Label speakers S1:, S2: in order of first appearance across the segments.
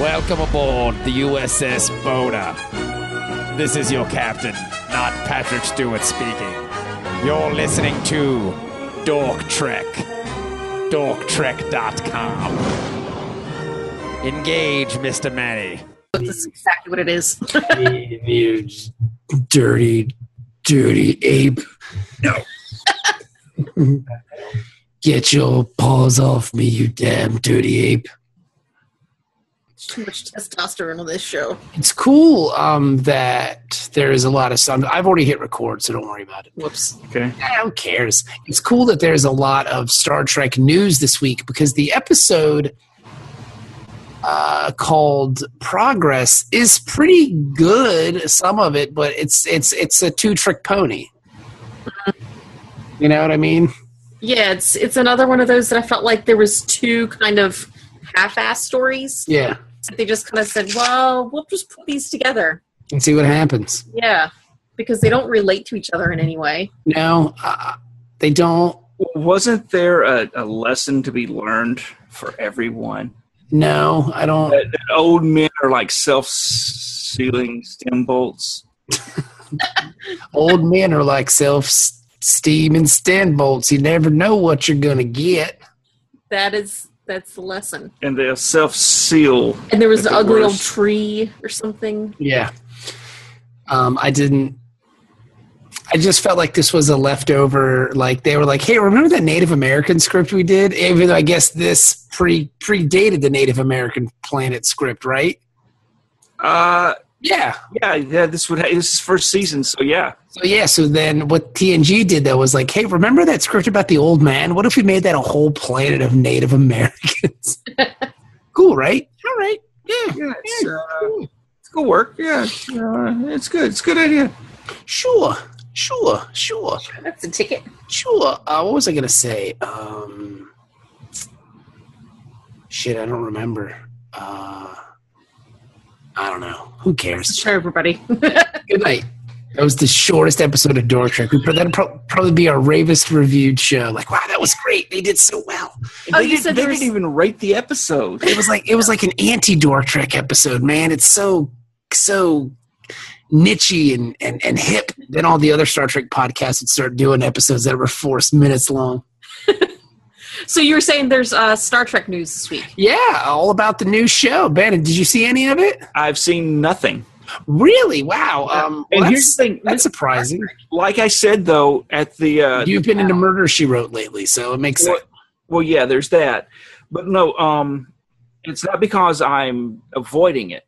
S1: Welcome aboard the USS Boda. This is your captain, not Patrick Stewart speaking. You're listening to Dork Trek. DorkTrek.com. Engage, Mr. Manny.
S2: That's exactly what it is.
S3: you dirty, dirty ape. No. Get your paws off me, you damn dirty ape.
S2: Too much testosterone on this show.
S3: It's cool um, that there is a lot of sound. I've already hit record, so don't worry about it.
S2: Whoops.
S4: Okay.
S3: Ah, Who cares? It's cool that there's a lot of Star Trek news this week because the episode uh, called Progress is pretty good. Some of it, but it's it's it's a two trick pony. You know what I mean?
S2: Yeah, it's it's another one of those that I felt like there was two kind of half-ass stories.
S3: Yeah.
S2: They just kind of said, "Well, we'll just put these together."
S3: And see what happens.
S2: Yeah, because they don't relate to each other in any way.
S3: No, uh, they don't.
S4: Wasn't there a, a lesson to be learned for everyone?
S3: No, I don't.
S4: That, that old men are like self sealing stem bolts.
S3: Old men are like self steam and stand bolts. You never know what you're gonna get.
S2: That is that's the lesson.
S4: And they'll self seal.
S2: And there was an
S4: If it
S2: ugly old
S4: works.
S2: tree or something.
S3: Yeah. Um, I didn't. I just felt like this was a leftover. Like they were like, "Hey, remember that Native American script we did?" Even though I guess this pre predated the Native American planet script, right?
S4: Uh,
S3: Yeah.
S4: yeah, yeah. This would ha- this is first season, so yeah.
S3: So yeah. So then, what TNG did though was like, "Hey, remember that script about the old man? What if we made that a whole planet of Native Americans?" cool, right? All right. Yeah.
S4: Yeah, it's, uh, it's good work. Yeah, it's, uh, it's good. It's a good idea.
S3: Sure. Sure. Sure.
S2: That's a ticket.
S3: Sure. Uh, what was I gonna say? Um, shit, I don't remember. Uh, I don't know. Who cares?
S2: Sure, everybody.
S3: Good night. That was the shortest episode of Door Trek. We- That'd pro- probably be our ravest reviewed show. Like, wow, that was great. They did so well.
S2: Oh,
S4: they
S2: you
S4: didn't,
S2: said
S4: they
S2: there was-
S4: didn't even rate the episode.
S3: It was like it was like an anti Door Trek episode, man. It's so so nichey and, and and hip. Then all the other Star Trek podcasts would start doing episodes that were four minutes long.
S2: so you were saying there's uh, Star Trek news this week.
S3: Yeah, all about the new show. Bannon, did you see any of it?
S4: I've seen nothing.
S3: Really? Wow. Um,
S4: And
S3: well,
S4: here's
S3: that's,
S4: the thing.
S3: that's surprising.
S4: like I said though, at the uh,
S3: You've been into Murder She Wrote lately, so it makes
S4: Well,
S3: sense.
S4: well, yeah, there's that, but no, um, it's not because I'm avoiding it.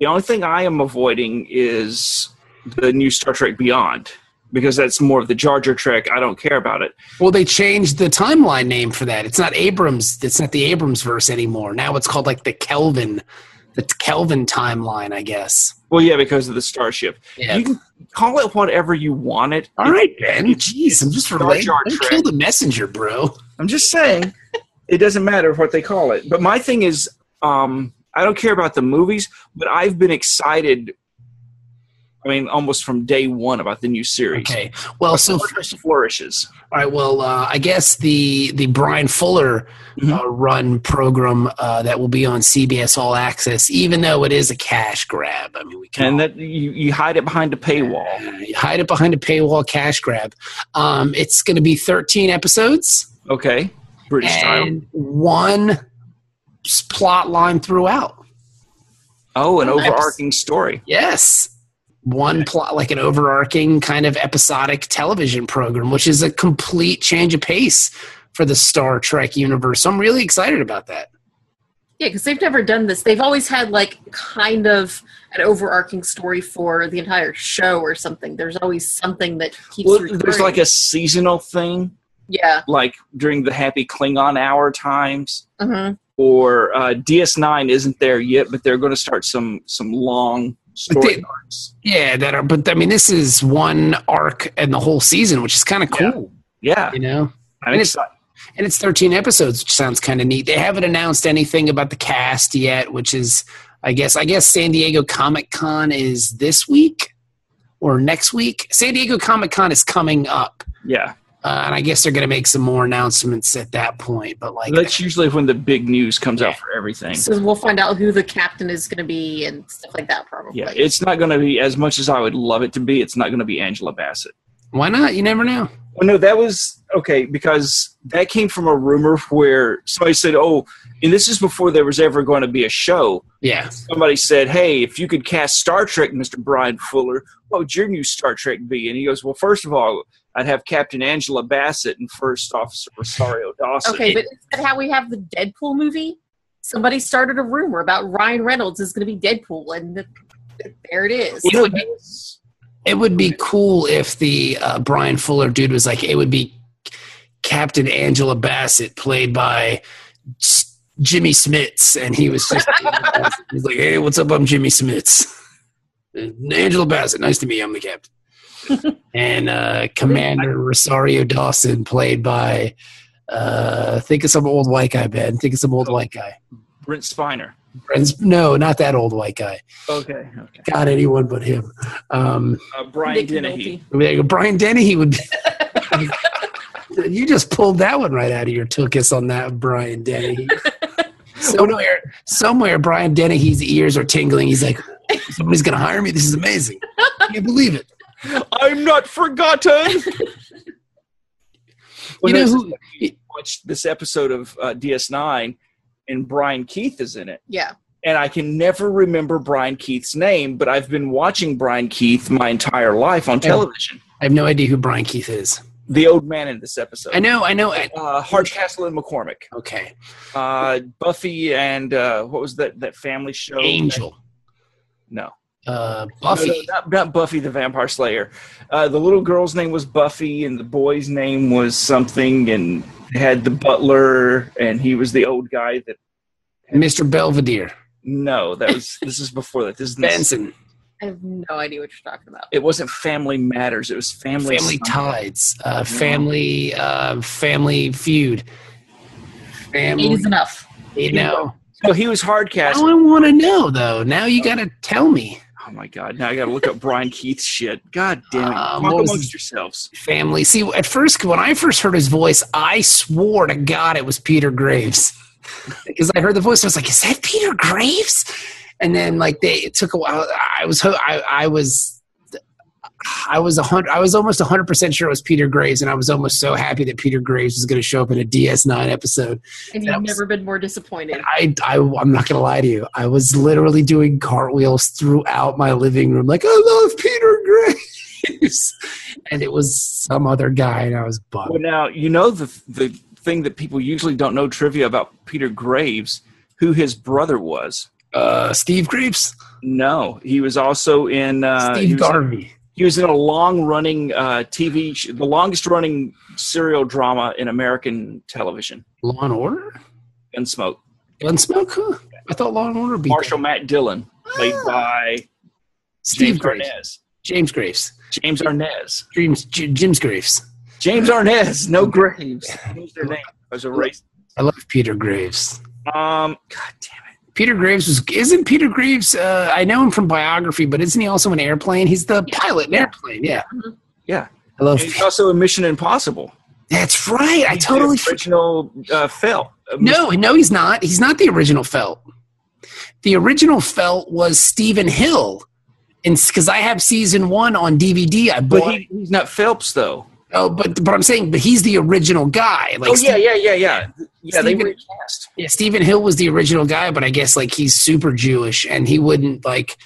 S4: The only thing I am avoiding is the new Star Trek Beyond because that's more of the Jar Jar Trek. I don't care about it.
S3: Well, they changed the timeline name for that. It's not Abrams. It's not the Abrams verse anymore. Now it's called like the Kelvin, the Kelvin timeline, I guess.
S4: Well, yeah, because of the starship. You can call it whatever you want it.
S3: All right, Ben. Jeez, I'm just
S4: Jar
S3: relating.
S4: Jar
S3: Don't
S4: Trek.
S3: kill the messenger, bro.
S4: I'm just saying, it doesn't matter what they call it. But my thing is, um, I don't care about the movies, but I've been excited. I mean, almost from day one about the new series.
S3: Okay. Well, so
S4: Fortress flourishes.
S3: All right. Well, uh, I guess the the Brian Fuller
S4: Mhm.
S3: uh, run program uh, that will be on CBS All Access, even though it is a cash grab. I mean, we can
S4: and
S3: all-
S4: that you, you hide it behind a paywall.
S3: uh, hide it behind a paywall cash grab. Um, it's going to be thirteen episodes
S4: Okay, British style.
S3: and one s- plot line throughout.
S4: Oh, an
S2: Oh, nice.
S4: overarching story.
S3: Yes. One plot, like an overarching kind of episodic television program, which is a complete change of pace for the Star Trek universe. So I'm really excited about that.
S2: Yeah, because they've never done this. They've always had like kind of an overarching story for the entire show or something. There's always something that keeps.
S4: Well, there's
S2: recurring.
S4: like a seasonal thing,
S2: yeah.
S4: like during the Happy Klingon Hour times,
S2: mhm.
S4: or uh, DS9 isn't there yet, but they're going to start some some long story
S3: But they-
S4: arcs.
S3: Yeah, that are. But I mean, this is one arc and the whole season, which is kind of cool,
S4: Yeah,
S3: you know.
S4: I'm
S3: And it's-
S4: excited.
S3: And it's 13 episodes, which sounds kind of neat. They haven't announced anything about the cast yet, which is, I guess, I guess San Diego Comic Con is this week or next week. San Diego Comic Con is coming up.
S4: Yeah,
S3: Uh, and I guess they're going to make some more announcements at that point. But like,
S4: That's usually when the big news comes out for everything.
S2: So we'll find out who the captain is going to be and stuff like that, probably.
S4: Yeah, it's not going to be as much as I would love it to be. It's not going to be Angela Bassett.
S3: why not? You never know.
S4: Well, no, that was okay because that came from a rumor where somebody said, "Oh," and this is before there was ever going to be a show.
S3: Yeah.
S4: Somebody said, "Hey, if you could cast Star Trek, Mr. Brian Fuller, what would your new Star Trek be?" And he goes, "Well, first of all, I'd have Captain Angela Bassett and First Officer Rosario Dawson."
S2: Okay, but is that how we have the Deadpool movie? Somebody started a rumor about Ryan Reynolds is going to be Deadpool, and th- th- there it is.
S3: It would be, it would be cool if the uh, Brian Fuller dude was like, it would be Captain Angela Bassett played by S- Jimmy Smits, and he was just he's like, hey, what's up? I'm Jimmy Smits. And Angela Bassett, nice to meet you. I'm the captain. and uh, Commander Rosario Dawson played by. Uh, think of some old white guy, Ben. Think of some old white guy.
S4: Brent Spiner.
S3: Friends, no, not that old white guy.
S4: Okay. Okay.
S3: God, anyone but him. Um,
S4: Uh, Brian
S2: Nick
S4: Dennehy.
S2: Nolte.
S3: I mean, like, Brian Dennehy would. Be, you just pulled that one right out of your tuchus on that Brian Dennehy. somewhere, somewhere, Brian Dennehy's ears are tingling. He's like, somebody's gonna hire me. This is amazing. I can't believe it.
S4: I'm not forgotten.
S3: You know who?
S4: watched this episode of uh, DS9, and Brian Keith is in it.
S2: Yeah.
S4: And I can never remember Brian Keith's name, but I've been watching Brian Keith my entire life on television.
S3: I have no idea who Brian Keith is.
S4: The old man in this episode.
S3: I know. I know. I,
S4: Uh, Hardcastle and McCormick.
S3: okay,
S4: Uh, Buffy and uh, what was that, that family show?
S3: Angel,
S4: No.
S3: uh,
S4: No, no,
S3: Buffy.
S4: not, not Buffy the Vampire Slayer. Uh, the little girl's name was Buffy, and the boy's name was something, and they had the butler, and he was the old guy that.
S3: Mr. Belvedere,
S4: No, that was this is before that. This is
S3: Benson,
S2: I have no idea what you're talking about.
S4: It wasn't Family Matters. It was Family.
S3: Family Tides, uh, Family, uh, Family Feud,
S2: Eight
S3: Family.
S2: is enough.
S3: You know.
S4: So he was Hardcastle.
S3: Now I want to know though. Now you got to tell me.
S4: Oh my God! Now I got to look up Brian Keith's shit. God damn it!
S3: Um,
S4: Talk
S3: what was
S4: amongst
S3: his-
S4: yourselves.
S3: Family. See, at first when I first heard his voice, I swore to God it was Peter Graves because I heard the voice. I was like, "Is that Peter Graves?" And then like they, it took a while. I was, ho- I, I was, I was a hundred. I was almost hundred percent sure it was Peter Graves, and I was almost so happy that Peter Graves was going to show up in a DS9 episode.
S2: And
S3: That
S2: you've
S3: was-
S2: never been more disappointed.
S3: I, I I'm not gonna lie to you. I was literally doing cartwheels throughout my living room, like I love Peter Graves, and it was some other guy, and I was
S4: Well,
S3: bummed.
S4: now you know the the thing that people usually don't know trivia about Peter Graves, who his brother was.
S3: Uh, Steve Graves,
S4: No, he was also in. Uh, he
S3: Steve
S4: was-
S3: Garvey.
S4: he was in a long running uh, TV, sh- the longest running serial drama in American television,
S3: Law and Order,
S4: Gunsmoke.
S3: Gunsmoke. Huh? I thought Law and Order beat
S4: Marshall
S3: that.
S4: Matt Dillon, played by
S3: Steve
S4: James
S3: Graves,
S4: Arnez.
S3: James Graves,
S4: James Arnez.
S3: James J- Jim's Graves.
S4: James Arnez, no Graves. What was their name? I was erased.
S3: I love Peter Graves.
S4: Um, God damn
S3: Peter Graves was isn't Peter Graves? Uh, I know him from biography, but isn't he also an airplane? He's the pilot in airplane. Yeah,
S4: Yeah.
S3: I love.
S4: it. He's also in Mission Impossible.
S3: That's right. Oh, I
S4: He's
S3: totally
S4: the original uh, Phil. Uh,
S3: No, no, he's not. He's not the original Felt. The original Felt was Stephen Hill, and because I have season one on DVD, I
S4: but
S3: bought.
S4: he, he's not Phelps though.
S3: oh, but but I'm saying, but he's the original guy. Like,
S4: oh yeah, yeah, yeah, yeah. Yeah, they
S3: Steven-
S4: recast.
S3: yeah, Stephen Hill was the original guy, but I guess like he's super Jewish, and he wouldn't like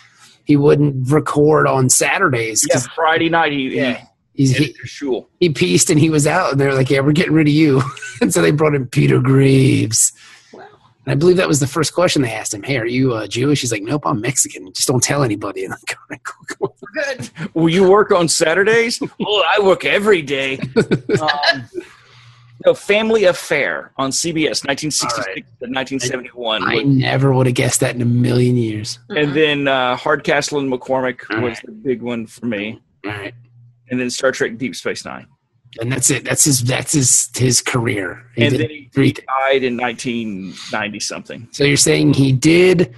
S3: he wouldn't record on Saturdays
S4: Yeah,
S3: 'cause
S4: Friday night he,
S3: Yeah.
S4: he,
S3: he's,
S4: he
S3: he
S4: Shul.
S3: he pieced and he was out, and they're like, "Yeah, we're getting rid of you," and so they brought in Peter Graves.
S2: Wow.
S3: And I believe that was the first question they asked him. Hey, are you uh, Jewish? He's like, nope, I'm Mexican. Just don't tell anybody. And I'm like, "All right, cool, cool."
S4: Good. Will you work on Saturdays? oh, I work every day. Um, no, Family Affair on CBS, 1966
S3: All right.
S4: to 1971.
S3: I never would have guessed that in a million years.
S2: Uh-huh. Mm-hmm.
S4: and then uh, Hardcastle and McCormick
S3: All
S4: was
S3: right.
S4: the big one for me.
S3: All right,
S4: And then Star Trek Deep Space Nine.
S3: and that's it. That's his. That's his his career. He
S4: And
S3: did
S4: then he-
S3: three.
S4: Died in 1990 something.
S3: so you're saying he did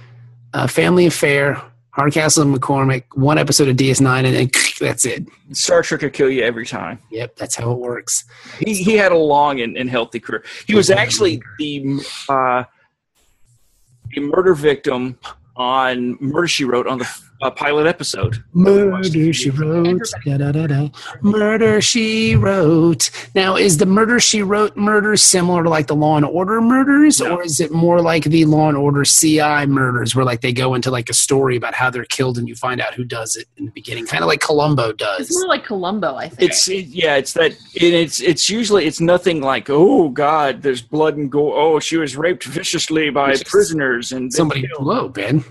S3: uh, Family Affair, Hardcastle and McCormick, one episode of DS9, and then that's it.
S4: Star Trek could kill you every time.
S3: Yep, that's how it works.
S4: He, he had a long and, and healthy career. He was actually the uh, a murder victim on Murder She Wrote on the uh, pilot episode.
S3: Murder she wrote, da, da, da, da. Murder she wrote. Now, is the murder she wrote murder similar to like the Law and Order murders,
S4: No.
S3: or is it more like the Law and Order CI murders, where like they go into like a story about how they're killed and you find out who does it in the beginning, kind of like Columbo
S2: It's
S3: does?
S2: more like Columbo, I think.
S4: It's it- yeah, it's that and it's it's usually it's nothing like oh god, there's blood and gore. Oh, she was raped viciously by
S3: Vicious.
S4: prisoners and
S3: Somebody blow, Ben.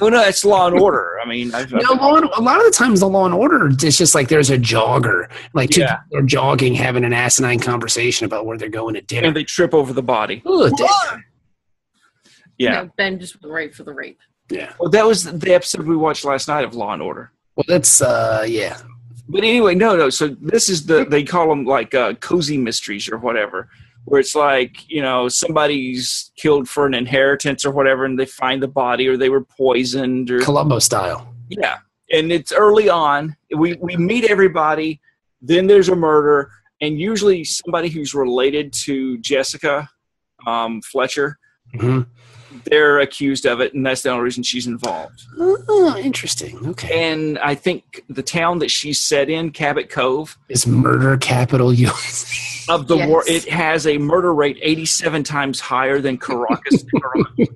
S4: No, no, it's Law and Order. I mean, I've,
S3: No, law and, a lot of the times the Law and Order, it's just like there's a jogger, like two
S4: Yeah.
S3: people are jogging, having an asinine conversation about where they're going to
S4: and
S3: dinner.
S4: they trip over the body.
S3: Ooh, that-
S4: Yeah.
S2: You know, ben just went right for the rape.
S4: Well, that was the episode we watched last night of Law and Order.
S3: well, that's uh, yeah.
S4: But anyway, no, no. So this is the they call them like uh, cozy mysteries or whatever, where it's like you know somebody's killed for an inheritance or whatever, and they find the body or they were poisoned or
S3: Columbo style.
S4: yeah. And it's early on. We we meet everybody. Then there's a murder, and usually somebody who's related to Jessica um, Fletcher.
S3: hmm
S4: They're accused of it, and that's the only reason she's involved.
S3: Oh, interesting. Okay.
S4: And I think the town that she's set in, Cabot Cove,
S3: Is murder capital USA?
S4: of the war.
S2: Yes.
S4: It has a murder rate 87 times higher than Caracas, Nicaragua,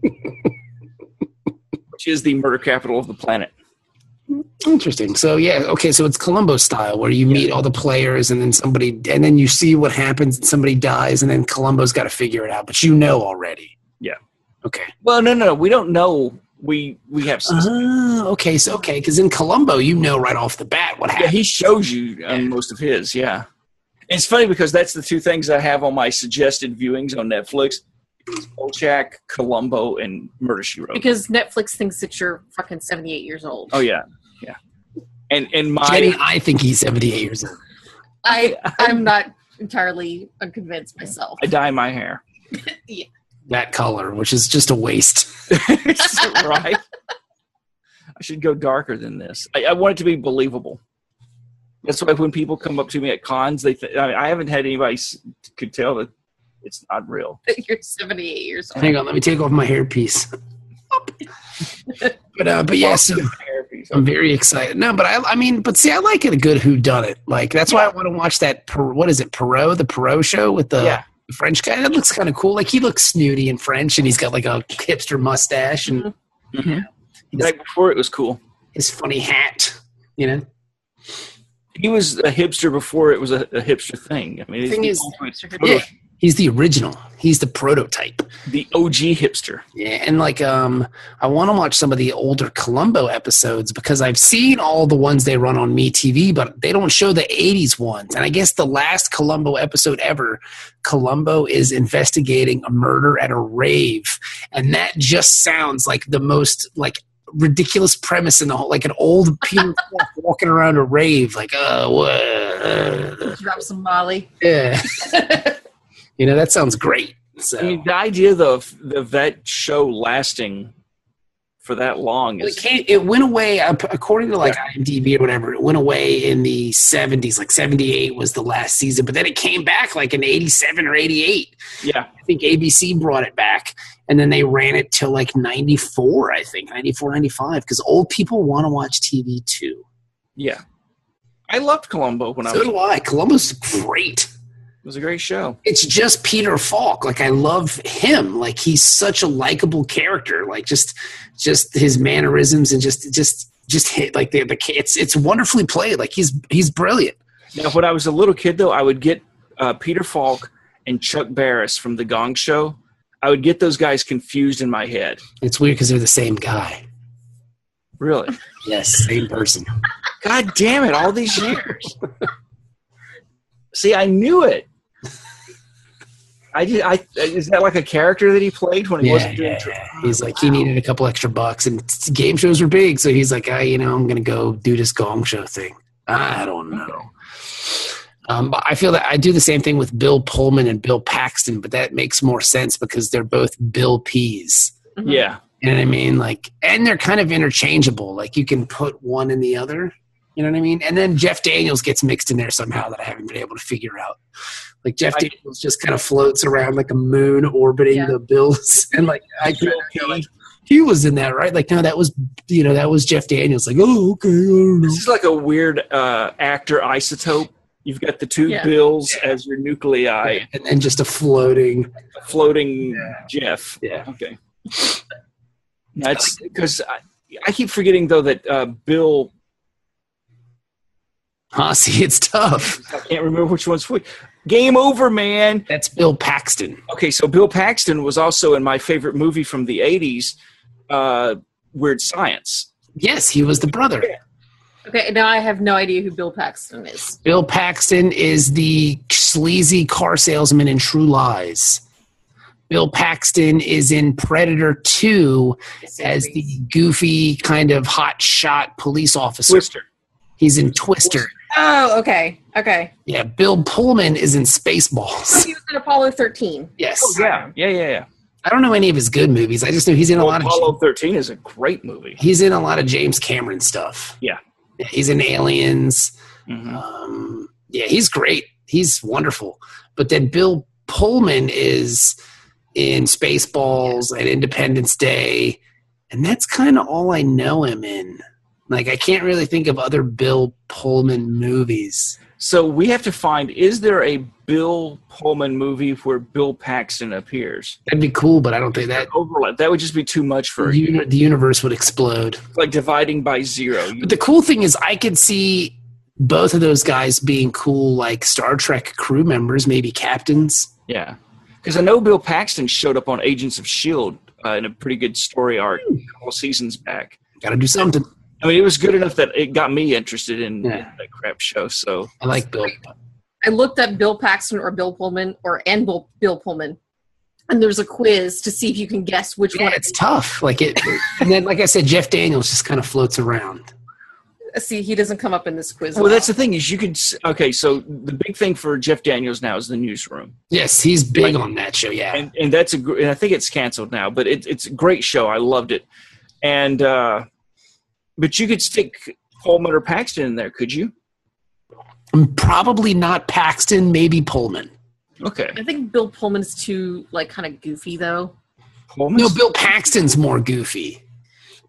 S4: which is the murder capital of the planet.
S3: Interesting. So yeah, okay. So it's Columbo style, where you meet all the players, and then somebody, and then you see what happens, and somebody dies, and then Columbo's got to figure it out, but you know already.
S4: Yeah.
S3: Okay.
S4: Well, no, no, no, we don't know. We we have. sus-
S3: Oh, okay. So okay, because in Columbo, you know right off the bat what
S4: Yeah,
S3: happened.
S4: he shows you um, most of his. Yeah, it's funny because that's the two things I have on my suggested viewings on Netflix: is Bojack, Columbo, and Murder She Wrote.
S2: Because Netflix thinks that you're fucking 78 years old.
S4: oh yeah, yeah. And and my
S3: Jenny, I think he's seventy-eight years old.
S2: I, I'm not entirely unconvinced myself.
S4: I dye my hair.
S3: That color, which is just a waste.
S4: right? I should go darker than this. I, I want it to be believable. That's why when people come up to me at cons, they th- I, mean, I haven't had anybody s- could tell that it's not real.
S2: that you're 78 years old.
S3: Hang on, let me take off my hairpiece. but uh, but yeah, so I'm very excited. No, but I, I mean, but see, I like it a good who done it. Like that's why I want to watch that. Per, what is it, Perot? The Perot show with the
S4: Yeah.
S3: the French guy. That looks kind of cool. Like he looks snooty and French, and he's got like a hipster mustache and
S4: Mhm. Back before it was cool.
S3: his funny hat. You know,
S4: He was a hipster before it was a, a hipster thing. I mean, he's
S3: Thing
S4: the,
S3: is-
S4: ultimate-
S3: yeah, he's the original. He's the prototype.
S4: the OG hipster.
S3: Yeah, and like um, I want to watch some of the older Columbo episodes because I've seen all the ones they run on MeTV, but they don't show the '80s ones. And I guess the last Columbo episode ever, Columbo is investigating a murder at a rave, and that just sounds like the most like ridiculous premise in the whole. Like an old Peter Falk walking around a rave, like uh, what?
S2: Drop some Molly.
S3: Yeah, you know that sounds great. So
S4: I mean, the idea though of, of that show lasting for that long
S3: Well, it
S4: is
S3: came. It went away uh, p- according to like IMDb or whatever. It went away in the seventies. Like seventy eight was the last season, but then it came back like in eighty seven or eighty eight.
S4: yeah.
S3: I think ABC brought it back, and then they ran it till like ninety four. I think 94, 95, because old people want to watch TV too.
S4: Yeah. I loved Columbo when I
S3: so
S4: was. It
S3: do I. Columbo's great.
S4: was a great show.
S3: It's just Peter Falk. Like I love him. Like he's such a likable character. Like just, just his mannerisms and just, just, just hit like the the it's it's wonderfully played. Like he's he's brilliant.
S4: Now, when I was a little kid, though, I would get uh, Peter Falk and Chuck Barris from The Gong Show. I would get those guys confused in my head.
S3: It's weird because they're the same guy.
S4: Really?
S3: Yes, same person.
S4: God damn it! All these years. See, I knew it. I did. I is that like a character that he played when he
S3: Yeah,
S4: wasn't doing?
S3: yeah,
S4: dr-
S3: yeah. He's like he needed a couple extra bucks, and t- game shows were big, so he's like, I, you know, I'm gonna go do this gong show thing. I don't know. Um, but I feel that I do the same thing with Bill
S2: Mm-hmm.
S3: Pullman and Bill Paxton, but that makes more sense because they're both Bill Peas,
S4: Yeah.
S3: You know what I mean? Like, and they're kind of interchangeable. Like, you can put one in the other. You know what I mean? And then Jeff Daniels gets mixed in there somehow that I haven't been able to figure out. Like Jeff
S4: I-
S3: Daniels just kind of floats around like a moon orbiting
S2: Yeah.
S3: the Bills, and like I
S4: GOP.
S3: feel like he was in that, right? Like no, that was you know that was Jeff Daniels. Like oh okay, I don't know.
S4: This is like a weird uh, actor isotope. You've got the two
S2: Yeah.
S4: bills as your nuclei
S3: and then just a floating.
S4: floating Jeff.
S3: Yeah.
S4: Okay. That's because I, I keep forgetting though that uh, Bill.
S3: Huh, see, it's tough.
S4: I can't remember which one's which. Game over, man.
S3: That's Bill Paxton.
S4: Okay, so Bill Paxton was also in my favorite movie from the '80s, uh, Weird Science.
S3: Yes, he was the brother.
S2: Okay, now I have no idea who Bill Paxton is.
S3: Bill Paxton is the sleazy car salesman in True Lies. Bill Paxton is in Predator 2 as the goofy kind of hot shot police officer.
S4: Twister.
S3: He's in Twister.
S2: Oh, okay, okay.
S3: Yeah, Bill Pullman is in Spaceballs.
S2: He was in Apollo 13.
S3: Yes.
S4: Oh yeah, yeah, yeah, yeah.
S3: I don't know any of his good movies. I just know he's in a
S4: Well,
S3: lot of
S4: Apollo 13 is a great movie.
S3: he's in a lot of James Cameron stuff.
S4: Yeah.
S3: Yeah, he's in Aliens.
S4: Mhm.
S3: Um, yeah, he's great. He's wonderful. But then Bill Pullman is in Spaceballs and Independence Day, and that's kind of all I know him in. Like I can't really think of other Bill Pullman movies.
S4: So we have to find is there a Bill Pullman movie where Bill Paxton appears?
S3: That'd be cool, but I don't think that
S4: Overlap. That would just be too much for you.
S3: uni- the universe would explode.
S4: Like dividing by zero. You-
S3: But the cool thing is, I could see both of those guys being cool, like Star Trek crew members, maybe captains.
S4: yeah. Because I know Bill Paxton showed up on Agents of S.H.I.E.L.D. Uh, in a pretty good story arc a couple seasons back.
S3: Got to do something.
S4: I mean, it was good enough that it got me interested in,
S3: Yeah.
S4: in that crap show. So
S3: I like Bill.
S2: I looked up Bill Paxton or Bill Pullman or and Bill, Bill Pullman, and there's a quiz to see if you can guess which
S3: Yeah,
S2: one.
S3: it's tough. Like it, and then like I said, Jeff Daniels just kind of floats around.
S2: See, he doesn't come up in this quiz. at
S4: well, that's
S2: all.
S4: the thing is you could s- okay. So the big thing for Jeff Daniels now is the newsroom.
S3: Yes, he's big on that show. Yeah,
S4: and and that's a gr- and I think it's canceled now, but it, it's a great show. I loved it, and uh, but you could stick Coleman or Paxton in there, could you?
S3: probably not Paxton, maybe Pullman.
S4: Okay,
S2: I think Bill Pullman's too like kind of goofy though.
S4: Coleman.
S3: No, Bill Paxton's more goofy.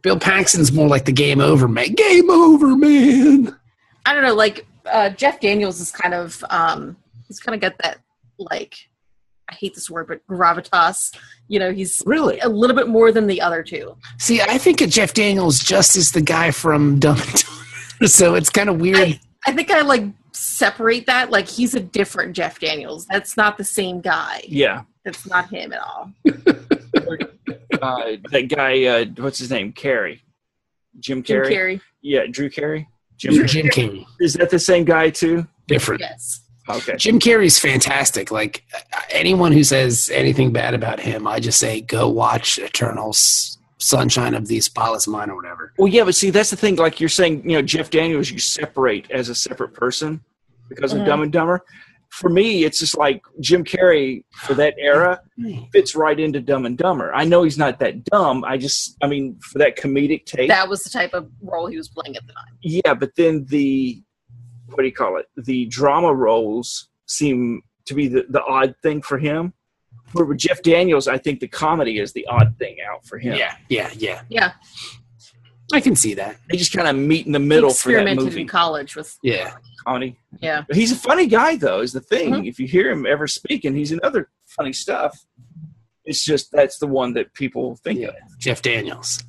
S3: Bill Paxton's more like the game over man. Game over man.
S2: I don't know, like uh, Jeff Daniels is kind of um, he's kind of got that like I hate this word, but gravitas. You know, he's
S4: really?
S2: a little bit more than the other two.
S3: See, I think of Jeff Daniels just as the guy from Dumb and Dumber. So it's kind of weird.
S2: I, I think I like separate that. Like he's a different Jeff Daniels. That's not the same guy.
S4: Yeah,
S2: That's not him at all.
S4: uh, that guy. Uh, what's his name? Carey, Jim
S2: Jim
S4: Carey.
S2: Carrey.
S4: Yeah, Drew Carey.
S3: Jim,
S4: Jim.
S3: Jim Carrey,
S4: Is that the same guy too?
S3: different.
S2: Yes.
S4: Okay.
S3: Jim Carrey's fantastic. Like anyone who says anything bad about him, I just say go watch Eternal S- Sunshine of the Spotless Mind or whatever.
S4: Well, yeah, but see, that's the thing. Like you're saying, you know, Jeff Daniels, you separate as a separate person because of
S2: Mhm.
S4: Dumb and Dumber. For me, it's just like Jim Carrey for that era. fits right into Dumb and Dumber. I know he's not that dumb. I just, I mean, for that comedic take,
S2: That was the type of role he was playing at the time.
S4: yeah. But then the, what do you call it? The drama roles seem to be the, the odd thing for him. Where with Jeff Daniels, I think the comedy is the odd thing out for him.
S3: Yeah, yeah, yeah.
S2: Yeah.
S3: I can see that.
S4: They just kind of meet in the
S2: He
S4: middle for that
S2: experimented in
S4: movie.
S2: college with
S3: Yeah,
S4: Comedy.
S2: yeah.
S4: But He's a funny guy, though. Is the thing.
S2: Mhm.
S4: If you hear him ever speaking, he's in other funny stuff. It's just that's the one that people think
S3: Yeah.
S4: of.
S3: Jeff Daniels.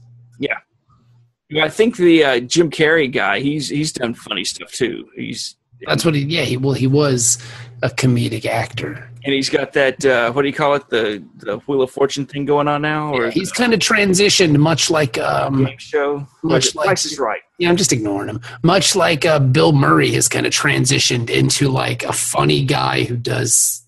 S4: Yeah, I think the uh, Jim Carrey guy. He's he's done funny stuff too. He's
S3: That's what he. Yeah, he well, he was a comedic actor.
S4: and he's got that uh, what do you call it the the Wheel of Fortune thing going on now or
S3: He's kind of transitioned, much like um.
S4: game show.
S3: Much like-
S4: Like, Price is Right.
S3: Yeah, I'm just ignoring him. Much like uh, Bill Murray has kind of transitioned into like a funny guy who does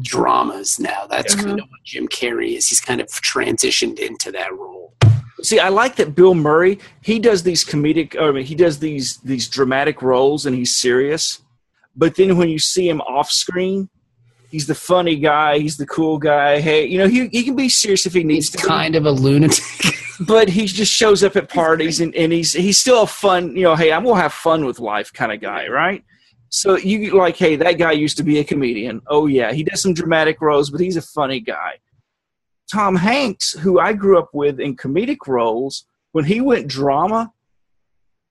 S3: dramas now. That's
S2: Yeah.
S3: kind of what Jim Carrey is. He's kind of transitioned into that role.
S4: See, I like that Bill Murray. He does these comedic. I mean, he does these these dramatic roles and he's serious. But then when you see him off screen, he's the funny guy. He's the cool guy. Hey, you know he he can be serious if he
S3: He's
S4: needs to. be.
S3: kind of a lunatic.
S4: but he just shows up at parties and, and he's he's still a fun you know hey i'm gonna have fun with life kind of guy right so you like hey that guy used to be a comedian oh yeah he does some dramatic roles but he's a funny guy tom hanks who i grew up with in comedic roles when he went drama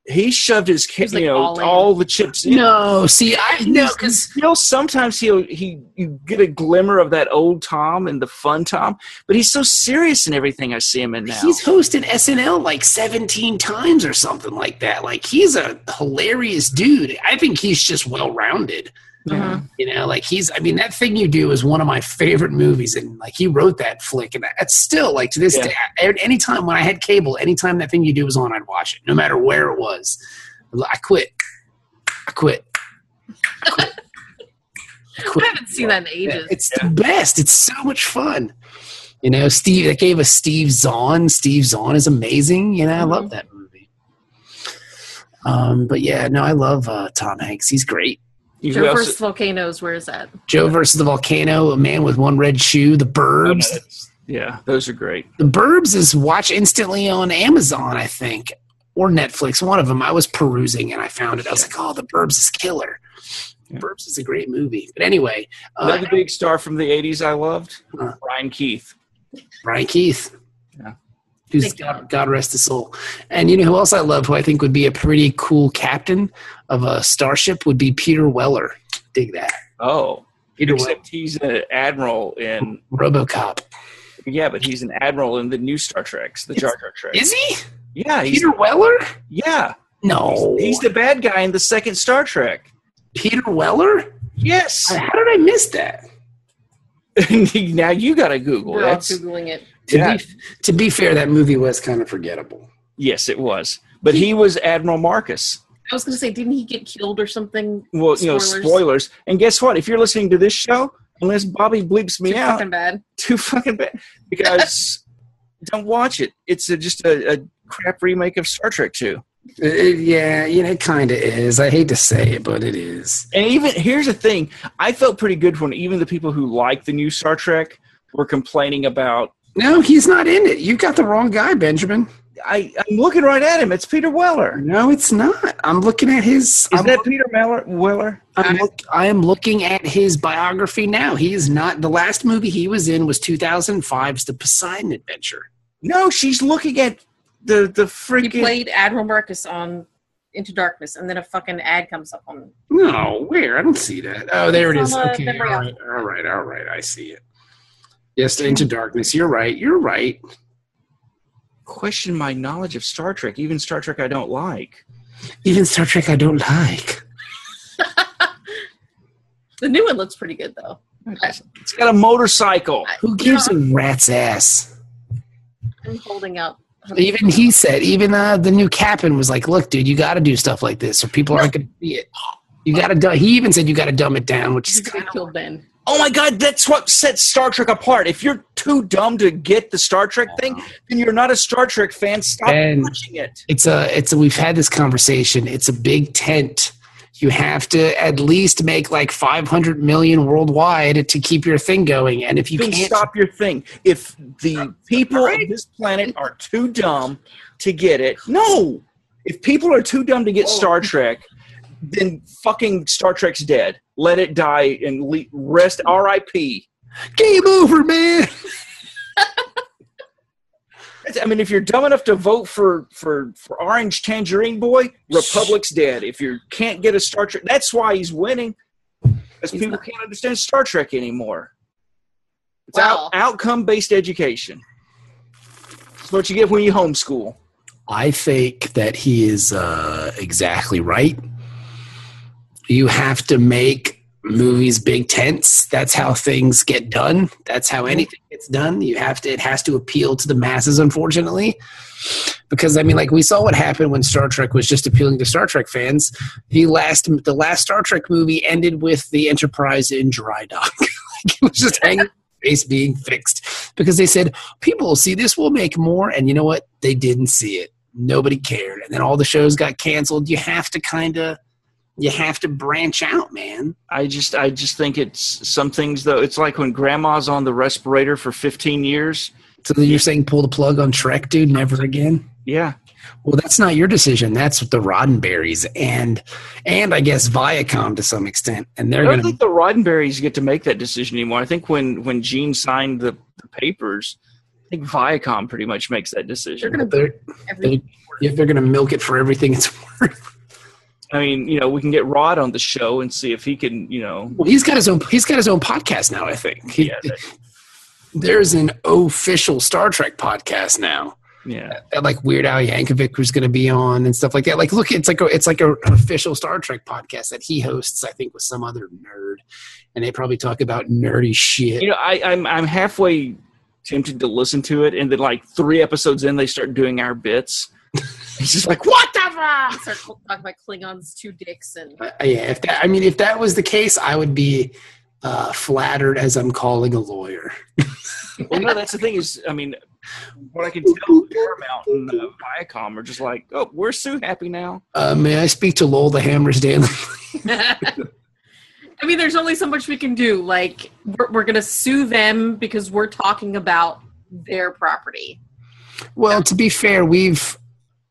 S4: he shoved his kid,
S2: like,
S4: you know,
S2: all
S4: all,
S2: in.
S4: the chips in.
S3: No, see, I no, because
S4: You know, sometimes he'll he you get a glimmer of that old Tom and the fun Tom, but he's so serious in everything I see him in now.
S3: he's hosted SNL like 17 times or something like that. Like he's a hilarious dude. I think he's just well rounded.
S2: Uh-huh.
S4: Mm-hmm.
S3: You know, like he's I mean, that thing you do is one of my favorite movies and like he wrote that flick and that's still like to this
S4: Yeah.
S3: day I- anytime when I had cable, anytime that thing you do was on, I'd watch it, no matter where it was. I quit. I quit. I quit. I quit.
S2: I haven't seen that in ages.
S3: It's the best. It's so much fun. You know, Steve that gave us Steve Zahn. Steve Zahn is amazing. You know, I love that movie. Um, but yeah, no, I love uh, Tom Hanks. He's great.
S4: You
S2: Joe
S4: also-
S2: versus volcanoes. Where is that?
S3: Joe versus the Volcano, A Man with One Red Shoe, The
S4: Oh, no,
S3: Burbs.
S4: that's- yeah, those are great.
S3: The Burbs is watch instantly on Amazon, I think, or Netflix. One of them. I was perusing and I found it. I was like, oh, The Burbs is killer. The Burbs is a great movie. But anyway, uh,
S4: Another big star from the '80s I loved,
S3: Huh.
S4: Brian Keith.
S3: Brian Keith.
S4: Yeah.
S3: Who's
S2: Thank
S3: God, God rest his soul. And you know who else I love, who I think would be a pretty cool captain of a starship, would be Peter Weller. Dig that.
S4: Oh,
S3: Peter Weller,
S4: except he's an admiral in
S3: Robocop.
S4: yeah, but he's an admiral in the new Star Treks, the Jar Jar Trek.
S3: Is he?
S4: Yeah, he's
S3: Peter Weller?
S4: yeah,
S3: No.
S4: he's the bad guy in the second Star Trek.
S3: Peter Weller?
S4: Yes.
S3: How did I miss that?
S4: now you gotta Google.
S2: We're all
S4: That's
S2: googling it.
S3: To,
S4: Yeah.
S3: be, to be fair, that movie was kind of forgettable.
S4: yes, it was. But he was Admiral Marcus.
S2: I was going to say, didn't he get killed or something?
S4: Well, you know,
S2: Spoilers.
S4: spoilers. And guess what? If you're listening to this show, unless Bobby bleeps me
S2: Too
S4: out,
S2: fucking bad.
S4: too fucking bad. Because don't watch it. It's a, just a, a crap remake of Star Trek Two.
S3: Uh, yeah, you know, it kind of is. I hate to say it, but it is.
S4: And even here's the thing: I felt pretty good when even the people who liked the new Star Trek were complaining about.
S3: No, he's not in it. You got the wrong guy, Benjamin.
S4: I, I'm looking right at him. It's Peter Weller.
S3: No, it's not. I'm looking at his.
S4: Is
S3: I'm
S4: that Peter Meller, Weller?
S3: I'm look, I am looking at his biography now. He is not the last movie he was in was 2005's The Poseidon Adventure.
S4: No, she's looking at the the
S2: He
S4: freaking.
S2: played Admiral Marcus on Into Darkness, and then a fucking ad comes up on.
S3: No, where? I don't see that. Oh, there it
S2: It's
S3: is.
S2: on the
S3: Okay, all
S2: memory
S3: right, all right, all right. I see it. Yes, Into Darkness. You're right. You're right.
S4: question my knowledge of Star Trek, even Star Trek I don't like.
S3: Even Star Trek, I don't like.
S2: The new one looks pretty good though.
S4: It's got a motorcycle.
S3: Who gives a rat's ass?
S2: I'm holding out.
S3: Even he said. Even uh, the new captain was like, "Look, dude, you got to do stuff like this, or people aren't going to see it. You got to." He even said you got to dumb it down, which is
S2: He's
S3: kind
S2: gonna kill
S3: of
S2: Ben.
S4: Oh my god, that's what sets Star Trek apart. If you're too dumb to get the Star Trek thing, then you're not a Star Trek fan. Stop
S3: Ben.
S4: watching it.
S3: it's a it's a we've had this conversation it's a big tent you have to at least make like 500 million worldwide to keep your thing going and if you
S4: Then
S3: can't
S4: stop your thing. If the people
S3: Right.
S4: of this planet are too dumb to get it, no. If people are too dumb to get Star Trek, then fucking Star Trek's dead. Let it die and le- rest. R.I.P.
S3: game over man
S4: That's- I mean, if you're dumb enough to vote for for for Orange Tangerine Boy, Republic's dead. If you can't get a Star Trek, that's why he's winning. Because
S2: He's
S4: people
S2: not-
S4: can't understand Star Trek anymore. It's
S2: Wow.
S4: out, outcome based education. It's what you get when you homeschool.
S3: i think that he is uh, exactly right you have to make movies big tents that's how things get done that's how anything gets done you have to it has to appeal to the masses unfortunately because i mean like we saw what happened when star trek was just appealing to star trek fans the last the last star trek movie ended with the enterprise in dry dock like it was just hanging space being fixed because they said people will see this we'll make more and you know what they didn't see it nobody cared and then all the shows got canceled you have to kind of you have to branch out, man.
S4: I just I just think it's some things though. It's like when grandma's on the respirator for 15 years.
S3: So you're saying pull the plug on Trek, dude? Never again.
S4: Yeah.
S3: Well, that's not your decision. That's the Roddenberries and and I guess Viacom to some extent, and
S4: I
S3: they're
S4: don't
S3: going to
S4: think the Roddenberries get to make that decision anymore. I think when when Gene signed the, the papers, I think Viacom pretty much makes that
S2: They're
S4: decision.
S2: going to
S3: they're,
S2: every.
S3: yeah, they're going to milk it for everything it's worth.
S4: I mean, you know, we can get Rod on the show and see if he can, you know,
S3: Well, he's got his own he's got his own podcast now. I think He-
S4: yeah, that-
S3: there's an official Star Trek podcast now.
S4: yeah.
S3: That like Weird Al Yankovic was going to be on and stuff like that. Like, look, it's like a, it's like a, an official Star Trek podcast that he hosts, I think, with some other nerd, and they probably talk about nerdy shit.
S4: You know, I, I'm I'm halfway tempted to listen to it, and then like three episodes in, they start doing our bits.
S3: It's just like, what the fuck?
S2: Start talking about Klingons, two dicks, and
S3: Uh, yeah, if that, I mean, if that was the case, I would be uh, flattered as I'm calling a lawyer.
S4: Well, no, that's the thing is, I mean, what I can tell, Paramount and uh, Viacom are just like, oh, we're so happy now.
S3: Uh, may I speak to Lowell the Hammer's Daily?
S2: I mean, there's only so much we can do. Like, we're, we're going to sue them because we're talking about their property.
S3: well, to be fair, we've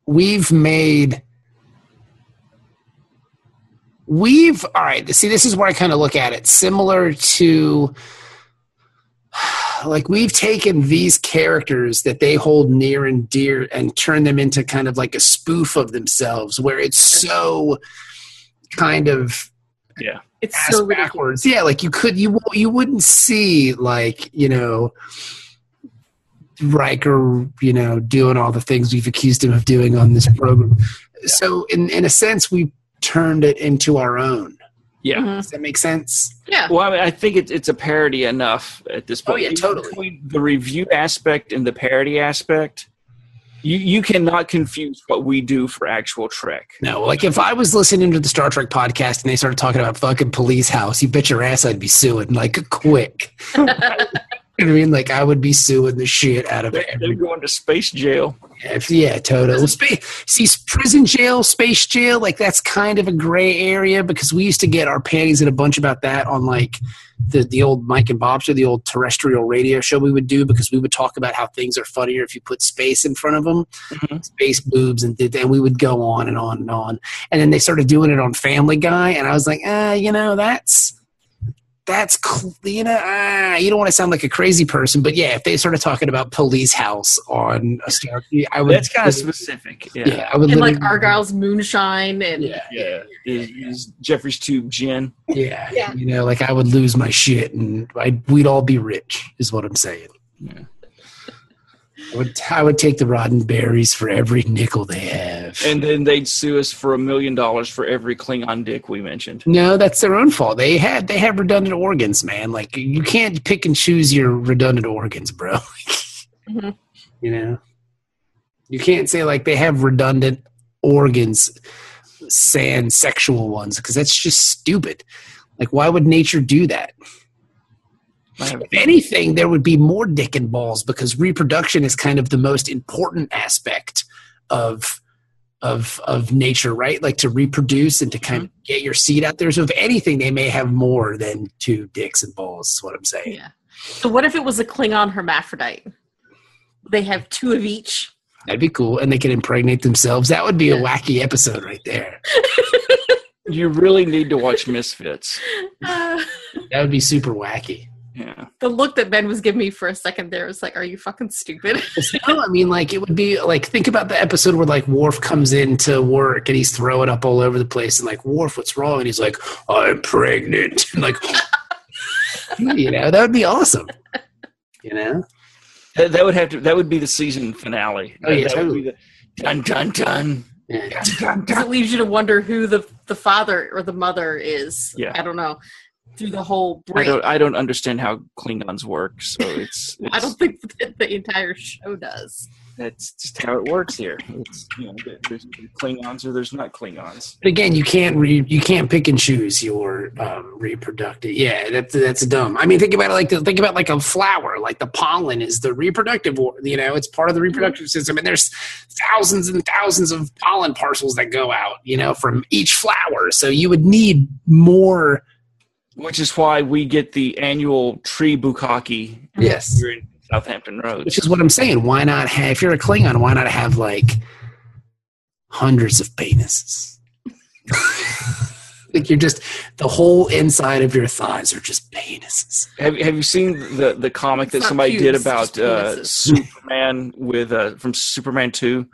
S3: we've made we've all right. See, this is where I kind of look at it similar to like we've taken these characters that they hold near and dear and turn them into kind of like a spoof of themselves, where it's so kind of
S2: It's
S3: ass
S2: so ridiculous.
S3: backwards. Yeah, like you could you won't- you wouldn't see like you know Riker, you know, doing all the things we've accused him of doing on this program. So in in a sense, we turned it into our own.
S4: Yeah.
S2: Mhm.
S3: Does that make sense?
S2: Yeah.
S4: Well, I, mean, I think it, it's a parody enough at this
S3: Oh,
S4: point.
S3: yeah,
S4: Even
S3: totally.
S4: between The review aspect and the parody aspect, you you cannot confuse what we do for actual Trek.
S3: No, like if I was listening to the Star Trek podcast and they started talking about fucking police house, you bet your ass I'd be suing like quick. You know what I mean, like I would be suing the shit out of
S4: They're, they're
S3: everybody.
S4: going to space jail.
S3: If- Yeah, total. Spa- See, s- prison jail, space jail, like that's kind of a gray area because we used to get our panties in a bunch about that on like the, the old Mike and Bob show, the old terrestrial radio show we would do because we would talk about how things are funnier if you put space in front of them,
S4: Mhm.
S3: space boobs, and did that. We would go on and on and on. And then they started doing it on Family Guy, and I was like, ah, you know, that's. That's cl- you know ah, you don't want to sound like a crazy person, but yeah, if they started talking about police house on a Star, I would
S4: That's kind of specific. Yeah.
S3: yeah. I would
S2: And like
S3: literally-
S2: Argyle's moonshine and
S3: Yeah,
S4: Yeah. Is, is Jeffrey's Tube gin.
S3: yeah,
S2: Yeah.
S3: You know, like I would lose my shit, and I we'd all be rich, is what I'm saying.
S4: Yeah.
S3: I would I would take the Roddenberries for every nickel they have.
S4: And then they'd sue us for a million dollars for every Klingon dick we mentioned.
S3: no, that's their own fault. They had they have redundant organs, man. Like you can't pick and choose your redundant organs, bro.
S2: Mhm.
S3: You know, you can't say like they have redundant organs, sans sexual ones, because that's just stupid. Like, why would nature do that?
S4: I have-
S3: If anything, there would be more dick and balls because reproduction is kind of the most important aspect of of of nature, right? Like to reproduce and to
S2: Mm-hmm.
S3: kind of get your seed out there. So if anything, they may have more than two dicks and balls, is what I'm saying.
S2: yeah. So what if it was a Klingon hermaphrodite? They have two of each.
S3: That'd be cool. And they can impregnate themselves. That would be a
S2: Yeah.
S3: wacky episode right there.
S4: You really need to watch Misfits.
S2: Uh,
S3: That would be super wacky.
S4: Yeah.
S2: the look that Ben was giving me for a second there was like, "Are you fucking stupid?"
S3: No, I mean, like, it would be like, think about the episode where, like, Worf comes into work and he's throwing up all over the place, and, like, Worf, what's wrong? And he's like, I'm pregnant. And, like, you know, that would be awesome. You know?
S4: That, that would have to. That would be the season finale.
S3: Oh, yeah,
S4: that would be the dun dun dun.
S3: Yeah.
S4: dun,
S2: Because
S4: dun.
S2: it leaves you to wonder who the the father or the mother is.
S4: Yeah.
S2: I don't know. Through the whole
S4: I
S2: break,
S4: don't. I don't understand how Klingons work. So it's. it's
S2: think that the entire show does.
S4: That's just how it works here. It's, you know, there- there's Klingons or there's not Klingons.
S3: But again, you can't re- you can't pick and choose your um, reproductive. Yeah, that's that's dumb. I mean, think about it like the, think about like a flower. Like the pollen is the reproductive. or- You know, it's part of the reproductive system, and there's thousands and thousands of pollen parcels that go out. You know, from each flower. So you would need more.
S4: Which is why we get the annual tree bukkake
S3: Yes.
S4: here in Southampton Roads.
S3: Which is what I'm saying. Why not have, if you're a Klingon, why not have like hundreds of penises? like you're just, the whole inside of your thighs are just penises.
S4: Have, have you seen the, the comic that
S2: It's not
S4: somebody
S2: cute,
S4: did
S2: it's
S4: about
S2: just
S4: uh,
S2: penises.
S4: Superman with uh, from Superman two?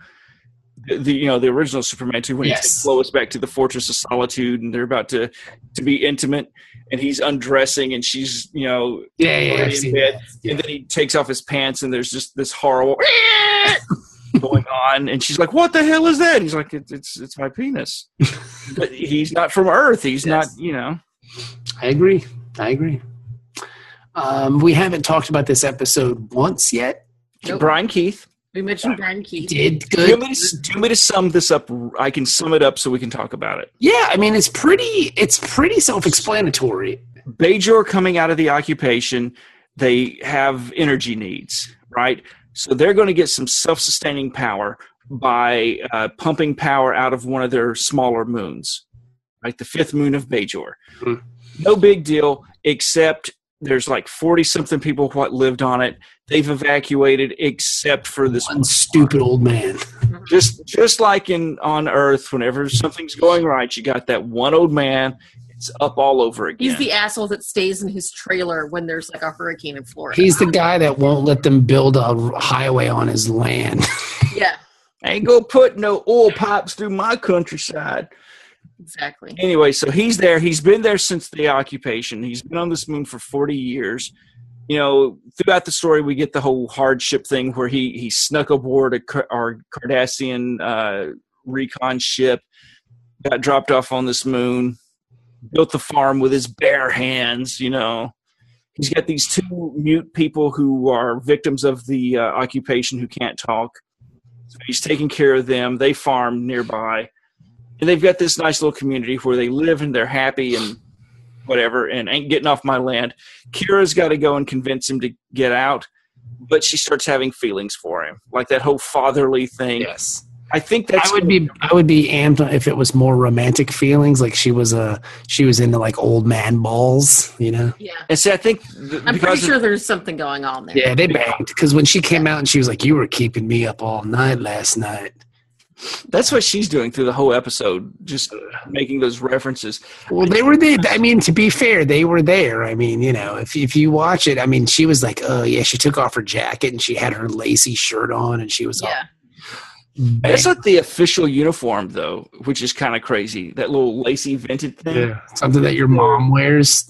S4: The, the you know the original Superman two when he
S3: Yes.
S4: takes Lois back to the Fortress of Solitude and they're about to to be intimate and he's undressing and she's you know
S3: Yeah, yeah,
S4: already
S3: I've
S4: in
S3: seen
S4: bed,
S3: that. Yeah.
S4: and then he takes off his pants and there's just this horrible going on and she's like what the hell is that and he's like it, it's it's my penis but he's not from earth he's
S3: Yes.
S4: not you know
S3: I agree. I agree. Um, we haven't talked about this episode once yet.
S2: Nope.
S4: brian keith
S2: We mentioned Brian Keith.
S3: Did
S4: do you,
S3: good.
S4: want me to, do you want me to sum this up i can sum it up so we can talk about it
S3: Yeah, I mean it's pretty. It's pretty self-explanatory.
S4: bajor coming out of the occupation they have energy needs right so they're going to get some self-sustaining power by uh, pumping power out of one of their smaller moons like the fifth moon of bajor
S3: Mhm.
S4: no big deal except there's like 40 something people what lived on it they've evacuated except for this
S3: One stupid old man.
S4: just just like in on earth whenever something's going right you got that one old man it's up all over again
S2: He's the asshole that stays in his trailer when there's like a hurricane in Florida.
S3: He's the guy that won't let them build a highway on his land.
S2: yeah,
S4: ain't gonna put no oil pipes through my countryside.
S2: exactly.
S4: Anyway, so he's there. He's been there since the occupation. He's been on this moon for 40 years. You know, throughout the story, we get the whole hardship thing where he he snuck aboard a Car- our Cardassian uh, recon ship, got dropped off on this moon, built the farm with his bare hands. You know, he's got these two mute people who are victims of the uh, occupation who can't talk. So he's taking care of them. They farm nearby. And they've got this nice little community where they live and they're happy and whatever and ain't getting off my land. Kira's got to go and convince him to get out, but she starts having feelings for him, like that whole fatherly thing.
S3: Yes.
S4: I think that's
S3: I would be I would be amped if it was more romantic feelings. Like she was a she was into like old man balls. You know.
S2: Yeah,
S4: And see, I think th-
S2: I'm pretty
S4: because of-
S2: sure there's something going on there.
S3: Yeah, they banged because when she came out and she was like, "You were keeping me up all night last night."
S4: that's what she's doing through the whole episode, just making those references.
S3: Well, they were there. I mean, to be fair, they were there. I mean, you know, if if you watch it, I mean, she was like, "Oh yeah," she took off her jacket and she had her lacy shirt on, and she was all
S2: Yeah.
S3: banged.
S4: That's not the official uniform, though, which is kind of crazy. That little lacy vented thing.
S3: Yeah, something that your mom wears.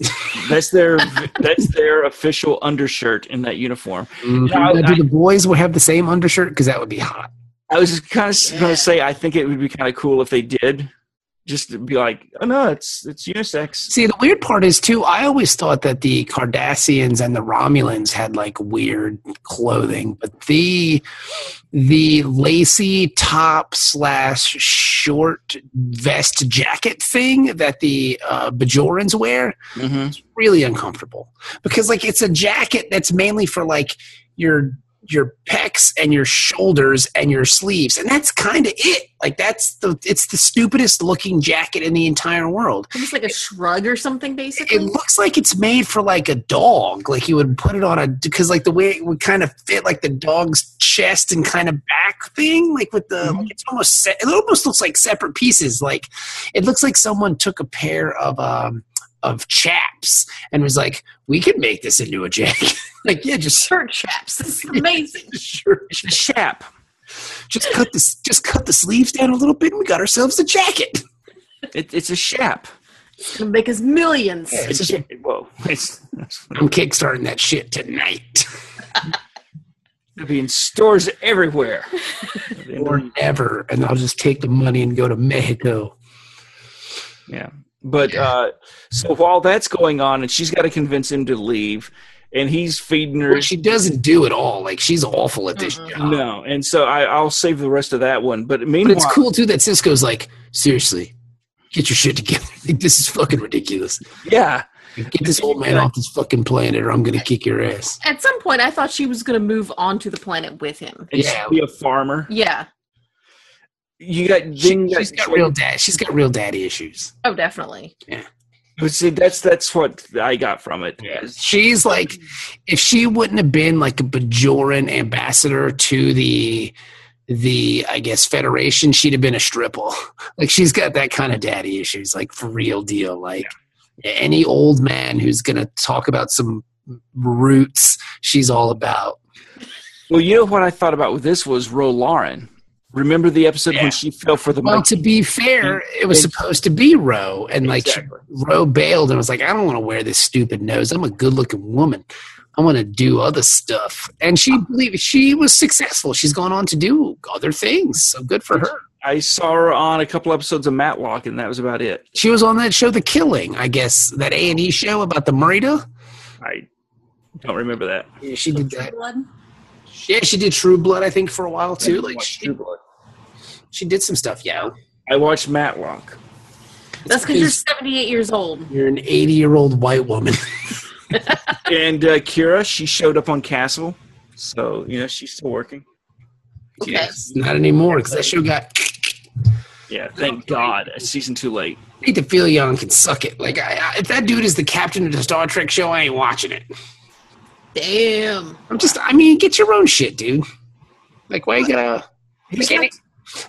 S4: That's their that's their official undershirt in that uniform. Yeah,
S3: Now,
S4: I-
S3: do the boys would have the same undershirt? Because that would be hot.
S4: I was just kind of
S2: Yeah.
S4: gonna say I think it would be kind of cool if they did, just to be like, oh no, it's it's unisex.
S3: See, the weird part is too. I always thought that the Cardassians and the Romulans had like weird clothing, but the the lacy top slash short vest jacket thing that the uh, Bajorans wear
S4: Mm-hmm.
S3: really uncomfortable because like it's a jacket that's mainly for like your your pecs and your shoulders and your sleeves and that's kind of it like that's the it's the stupidest looking jacket in the entire world
S2: It's like a shrug or something, basically.
S3: it looks like it's made for like a dog. Like you would put it on a because like the way it would kind of fit like the dog's chest and kind of back thing. Like with the
S4: Mm-hmm.
S3: like it's almost se- it almost looks like separate pieces. Like it looks like someone took a pair of um of chaps and was like, we could make this into a jacket. like yeah, just
S2: Shirt chaps. This is amazing.
S3: sure,
S4: It's a chap.
S3: just cut this just cut the sleeves down a little bit. and We got ourselves a jacket.
S4: It, it's a chap.
S2: It's gonna make us millions.
S3: Yeah. It's a
S4: It's- Whoa, it's, it's
S3: I'm kickstarting that shit tonight.
S4: gonna be in stores everywhere.
S3: or never, and I'll just take the money and go to Mexico.
S4: Yeah. But uh, so while that's going on, and she's got to convince him to leave, and he's feeding her.
S3: Well, she doesn't do it all. Like she's awful at this
S2: Mm-mm.
S3: job.
S4: Uh-huh. no, and so I, I'll save the rest of that one. But
S3: But
S4: meanwhile,
S3: it's cool too that Cisco's like, seriously, get your shit together. Like, this is fucking ridiculous.
S4: yeah,
S3: Get this old man off this fucking planet, or I'm gonna kick your ass.
S2: At some point, I thought she was gonna move onto the planet with him.
S4: and
S3: Yeah.
S4: she'll be a farmer.
S2: Yeah.
S4: You got then
S3: She,
S4: you
S3: has got real dad. She's got real daddy issues.
S2: Oh, definitely.
S4: But see, that's that's what I got from it. It's-
S3: She's like, if she wouldn't have been like a Bajoran ambassador to the the I guess Federation, she'd have been a stripple. Like she's got that kind of daddy issues, like for real deal. Like any old man who's gonna talk about some roots, she's all about.
S4: Well, you know what I thought about with this was Ro Lauren. Remember the episode
S3: Yeah.
S4: when she fell for the
S3: Well,
S4: monkey?
S3: to be fair, it was supposed to be Roe, and like she-
S4: Exactly.
S3: Roe bailed and was like, I don't want to wear this stupid nose. I'm a good-looking woman. I want to do other stuff. And she believe she was successful. She's gone on to do other things. So good for her.
S4: I saw her on a couple episodes of Matlock, and that was about it.
S3: She was on that show, The Killing, I guess, that A and E show about the murder.
S4: I don't remember that.
S3: Yeah, she did that.
S2: Blood.
S3: Yeah, she did True Blood, I think, for a while too. Like she, she did some stuff. Yeah,
S4: I watched Matlock.
S2: That's because you're 78 years old.
S3: you're an 80 year old white woman.
S4: And uh, Kira, she showed up on Castle, so you know she's still working.
S2: Okay.
S3: Yes, not anymore because that show got
S4: Yeah, thank God. A season too late.
S3: Nate DeFilion can suck it. Like, I, I, if that dude is the captain of the Star Trek show, I ain't watching it.
S2: Damn.
S3: I'm just, I mean, get your own shit, dude. Like, why you gotta?
S4: He's
S3: like, any-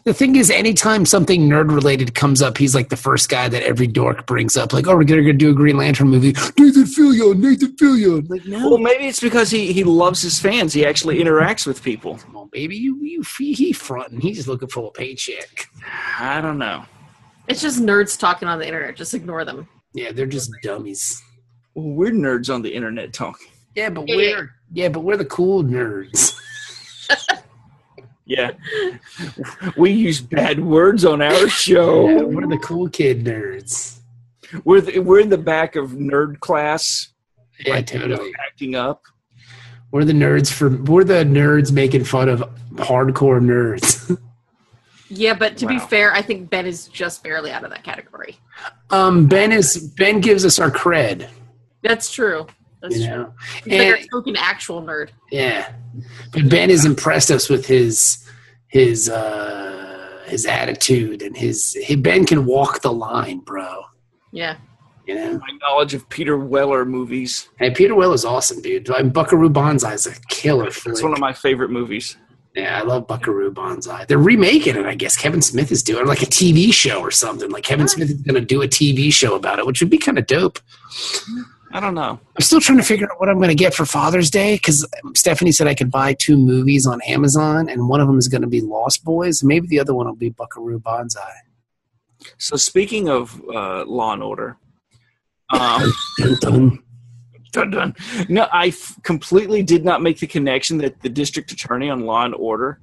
S3: the thing is, anytime something nerd related comes up, he's like the first guy that every dork brings up. Like, oh, we're gonna, do a Green Lantern movie. Nathan Fillion, Nathan Fillion. Like, no,
S4: Well, maybe it's because he, he loves his fans. He actually interacts with people.
S3: come on, baby, you, you, he, he fronting. He's just looking for a paycheck.
S4: I don't know.
S2: It's just nerds talking on the internet. Just ignore them.
S3: Yeah, they're just dummies.
S4: Well, we're nerds on the internet talking.
S3: Yeah, but
S2: Yeah.
S3: we're yeah, but we're the cool nerds.
S4: Yeah. we use bad words on our show.
S3: Yeah, we're the cool kid nerds.
S4: We're, the, we're in the back of nerd class
S3: Yeah,
S4: you know,
S3: totally.
S4: acting up.
S3: We're the nerds for we're the nerds making fun of hardcore nerds.
S2: Yeah, but to be
S4: Wow.
S2: fair, I think Ben is just barely out of that category.
S3: um, ben is Ben gives us our cred,
S2: That's true. That's
S3: you
S2: true.
S3: know.
S2: He's like
S3: And-
S2: a token actual nerd.
S3: Yeah, but Ben has impressed us with his his uh, his attitude and his he, Ben can walk the line, bro.
S2: Yeah.
S3: You know,
S4: My knowledge of Peter Weller movies.
S3: hey, Peter Will is awesome, dude. I mean, Buckaroo Banzai is a killer.
S4: That's
S3: Flick.
S4: one of my favorite movies.
S3: yeah, I love Buckaroo Banzai. They're remaking it, I guess. Kevin Smith is doing like a TV show or something. Like Kevin Smith is going to do a TV show about it, which would be kind of dope.
S4: I don't know.
S3: I'm still trying to figure out what I'm going to get for Father's Day because Stephanie said I could buy two movies on Amazon, and one of them is going to be Lost Boys. Maybe the other one will be Buckaroo Banzai.
S4: So speaking of uh, Law and Order, um,
S3: Dun, dun.
S4: dun, dun. no, I f- completely did not make the connection that the district attorney on Law and Order,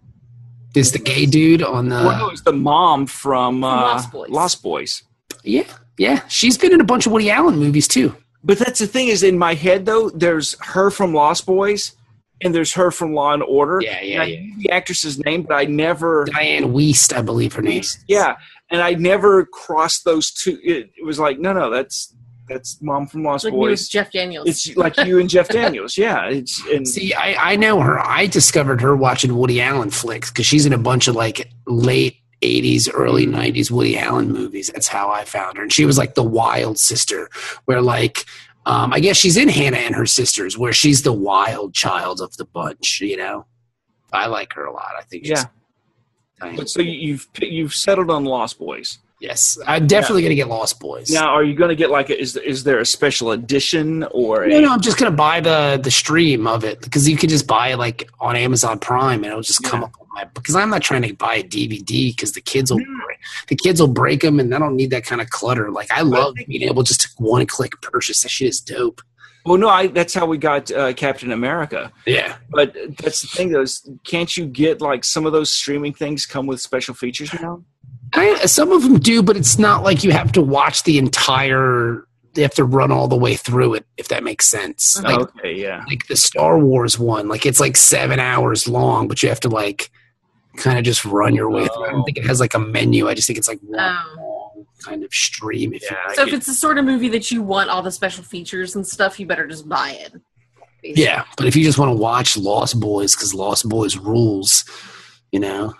S3: Is the gay dude on the?
S4: well, no, it's the mom from uh,
S2: Lost Boys.
S4: Lost Boys.
S3: Yeah, yeah. She's been in a bunch of Woody Allen movies too.
S4: But that's the thing is in my head though, there's her from Lost Boys, and there's her from Law and Order.
S3: Yeah, yeah,
S4: And I
S3: yeah.
S4: knew the actress's name, but I never.
S3: Diane Weist, I believe her name. is.
S4: Yeah, and I never crossed those two. It, it was like, no, no, that's that's mom from
S2: It's
S4: Lost
S2: like me
S4: Boys.
S2: with Jeff Daniels.
S4: It's like you and Jeff Daniels. Yeah, it's and
S3: See, I, I know her. I discovered her watching Woody Allen flicks because she's in a bunch of like late 80s, early 90s Woody Allen movies. That's how I found her. And she was like the wild sister, where like, um, I guess she's in Hannah and her sisters, where she's the wild child of the bunch, you know? I like her a lot. I think she's.
S4: yeah.
S3: Yeah.
S4: So you- you've you've settled on Lost Boys.
S3: Yes. I'm definitely going to get Lost Boys.
S4: Now, are you going to get like a, is is there a special edition or a
S3: No, no, I'm just gonna buy the the stream of it because you could just buy it like on Amazon Prime and it'll just come
S4: Yeah.
S3: up on my because I'm not trying to buy a DVD because the kids will break the kids will break them and I don't need that kind of clutter. Like I love being able just to one click purchase. That shit is dope.
S4: Well, no, I that's how we got uh, Captain America.
S3: Yeah,
S4: But that's the thing though, is can't you get like some of those streaming things come with special features now?
S3: I, some of them do, but it's not like you have to watch the entire. They have to run all the way through it if that makes sense. Like
S4: okay, yeah.
S3: like the Star Wars one. Like it's like seven hours long, but you have to like kind of just run your way through. I don't think it has like a menu. I just think it's like one
S2: Oh.
S3: long kind of stream. If you
S4: Yeah,
S3: like.
S2: so if it's the sort of movie that you want all the special features and stuff, you better just buy it. basically.
S3: yeah, but if you just want to watch Lost Boys because Lost Boys rules, you know.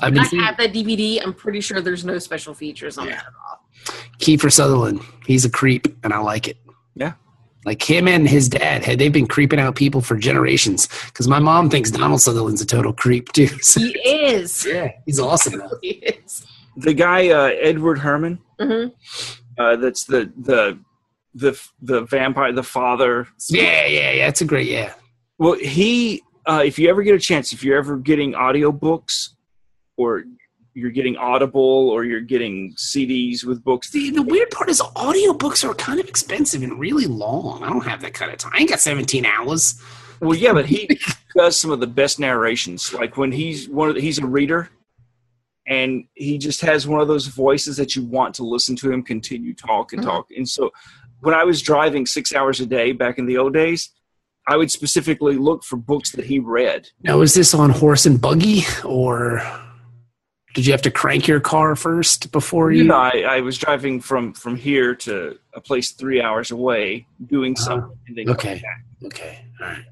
S3: I've been
S2: I
S3: seeing
S2: have that DVD. I'm pretty sure there's no special features on
S3: Yeah.
S2: that at all.
S3: Kiefer Sutherland. He's a creep, and I like it.
S4: Yeah.
S3: Like him and his dad, had they've been creeping out people for generations. Because my mom thinks Donald Sutherland's a total creep too. So,
S2: He is.
S3: yeah, he's awesome. Though.
S2: He is.
S4: The guy uh, Edward Herman,
S2: hmm
S4: uh, that's the the the the vampire, the father.
S3: Yeah, yeah, yeah. It's a great yeah.
S4: Well, he uh, if you ever get a chance, if you're ever getting audiobooks or you're getting Audible or you're getting CDs with books,
S3: The, the weird part is audiobooks are kind of expensive and really long. I don't have that kind of time. I ain't got 17 hours.
S4: Well, yeah, but he does some of the best narrations. Like when he's one of the, he's a reader, and he just has one of those voices that you want to listen to him continue talk and
S3: Mm-hmm.
S2: Mhm.
S4: talk. And so, when I was driving six hours a day back in the old days, I would specifically look for books that he read.
S3: Now, is this on horse and buggy or did you have to crank your car first before
S4: You
S3: you?
S4: know, I, I was driving from from here to a place three hours away, doing something, and then
S3: Ah, Okay. Okay. All right.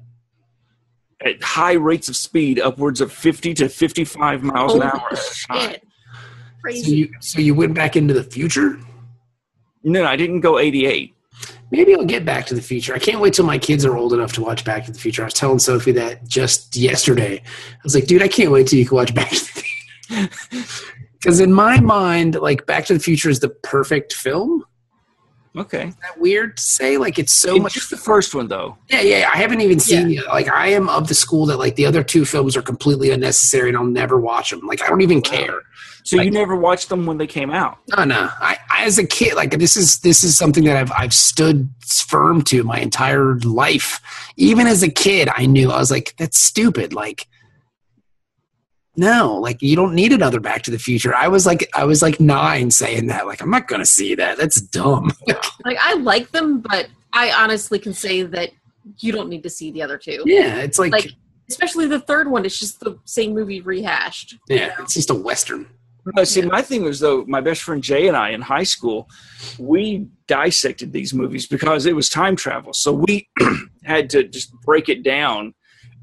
S4: at high rates of speed, upwards of fifty to fifty-five miles an
S2: Holy
S4: hour. at a time.
S2: Shit.
S3: So
S2: Crazy.
S3: you, so you went back into the future?
S4: No, I didn't go eighty-eight.
S3: Maybe I'll get Back to the Future. I can't wait till my kids are old enough to watch Back to the Future. I was telling Sophie that just yesterday. I was like, dude, I can't wait till you can watch Back to the Future. Because in my mind, like Back to the Future is the perfect film. Is
S4: Okay.
S3: that weird to say? Like it's so
S4: It's
S3: much.
S4: just the first one though.
S3: Yeah, yeah. I haven't even seen it. Like I am of the school that like the other two films are completely unnecessary and I'll never watch them. Like I don't even care.
S4: So
S3: Like-
S4: you never watched them when they came out.
S3: No, no. I, I as a kid, like this is this is something that I've I've stood firm to my entire life. Even as a kid, I knew I was like, that's stupid. Like, no, like you don't need another Back to the Future. I was like, I was like nine saying that. Like, I'm not gonna see that. That's dumb.
S2: Like I like them, but I honestly can say that you don't need to see the other two.
S3: yeah, it's like,
S2: Like especially the third one. It's just the same movie rehashed. you
S3: yeah,
S2: know?
S3: it's just a western.
S4: No, see,
S2: Yeah.
S4: my thing was though, my best friend Jay and I in high school, we dissected these movies because it was time travel. So we had to just break it down.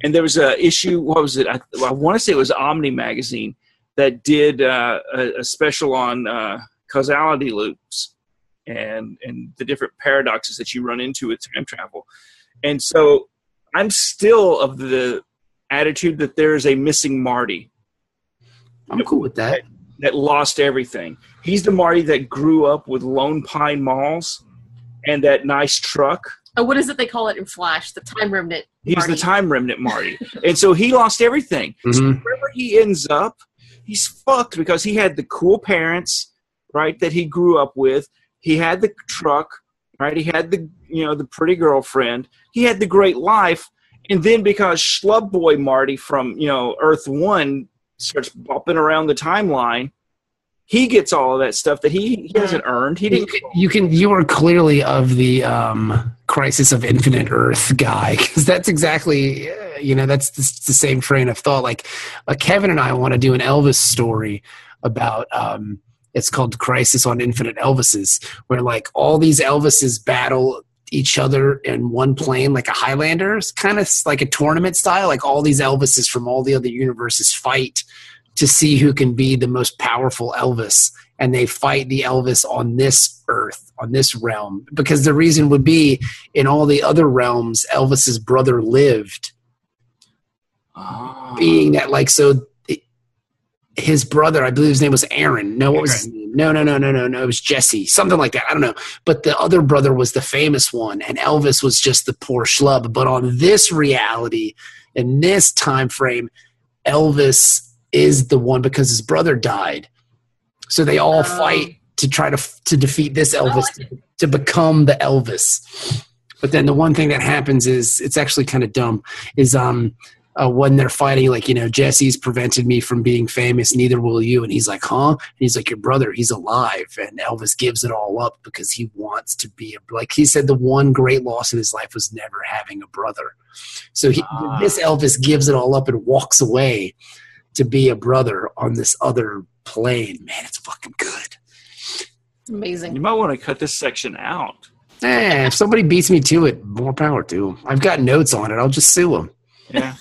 S4: And there was a issue. What was it? I, I want to say it was Omni magazine that did uh, a, a special on uh, causality loops and and the different paradoxes that you run into with time travel. And so I'm still of the attitude that there is a missing Marty.
S3: I'm cool with that.
S4: that lost everything. He's the Marty that grew up with Lone Pine Malls and that nice truck.
S2: Oh, what is it they call it in Flash? The time remnant.
S4: He's
S2: Marty.
S4: the time remnant Marty. and so he lost everything.
S3: Mhm.
S4: Wherever he ends up, he's fucked because he had the cool parents, right, that he grew up with. He had the truck, right? He had the you know, the pretty girlfriend. He had the great life. And then because Schlub Boy Marty from, you know, Earth One starts bopping around the timeline, he gets all of that stuff that he, he hasn't earned. He
S3: You
S4: didn't
S3: can, you can you are clearly of the um crisis of infinite earth guy because that's exactly uh, you know that's the, the same train of thought like uh, kevin and i want to do an elvis story about um it's called crisis on infinite elvises where like all these elvises battle each other in one plane like a highlander it's kind of like a tournament style like all these elvises from all the other universes fight to see who can be the most powerful elvis and they fight the Elvis on this earth, on this realm. Because the reason would be in all the other realms, Elvis's brother lived,
S4: Ah.
S3: being that, like, so it- his brother, I believe his name was Aaron. No, what was his name? No, no, no, no, no, no. It was Jesse, something like that. I don't know. But the other brother was the famous one, and Elvis was just the poor schlub. But on this reality, in this time frame, Elvis is the one because his brother died. So they all
S2: Oh.
S3: fight to try to to defeat this Elvis
S2: like
S3: to, to become the Elvis. But then the one thing that happens is it's actually kind of dumb is um uh, when they're fighting like you know Jesse's prevented me from being famous neither will you and he's like huh and he's like your brother he's alive and Elvis gives it all up because he wants to be a, like he said the one great loss in his life was never having a brother. So he,
S4: Ah.
S3: this Elvis gives it all up and walks away to be a brother on this other plane. Man, it's fucking good.
S2: It's amazing.
S4: You might want to cut this section out.
S3: Eh, if somebody beats me to it, more power to them. I've got notes on it. I'll just sue them.
S4: Yeah.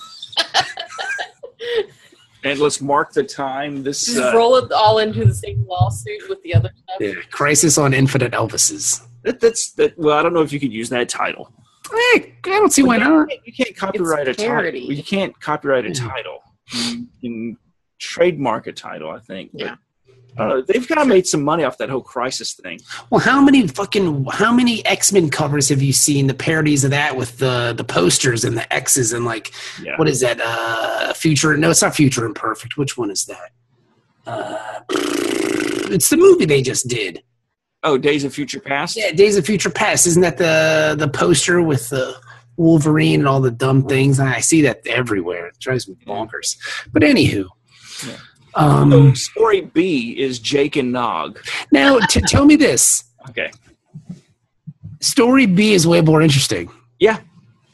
S4: and let's mark the time. This
S5: Just
S4: uh,
S5: roll it all into the same lawsuit with the other stuff.
S4: Yeah.
S3: Crisis on Infinite Elvises.
S4: that, that's that. Well, I don't know if you could use that title.
S3: Eh, I don't see why not. Hmm.
S4: You can't- You can't copyright a
S2: parody.
S4: title. You can't copyright a
S3: Yeah.
S4: title. You can trademark a title, I think. but-
S2: Yeah.
S4: I don't know. They've kind of made some money off that whole crisis thing.
S3: Well, how many fucking how many X Men covers have you seen? The parodies of that with the the posters and the X's and like
S4: Yeah.
S3: what is that? Uh, Future? No, it's not Future Imperfect. Which one is that? Uh, it's the movie they just did.
S4: Oh, Days of Future Past.
S3: Yeah, Days of Future Past. Isn't that the the poster with the Wolverine and all the dumb things? And I see that everywhere. It drives me bonkers. But anywho,
S4: Yeah. Oh. So
S3: um,
S4: story B is Jake and Nog.
S3: now t- tell me this:
S4: Okay.
S3: Story B is way more interesting.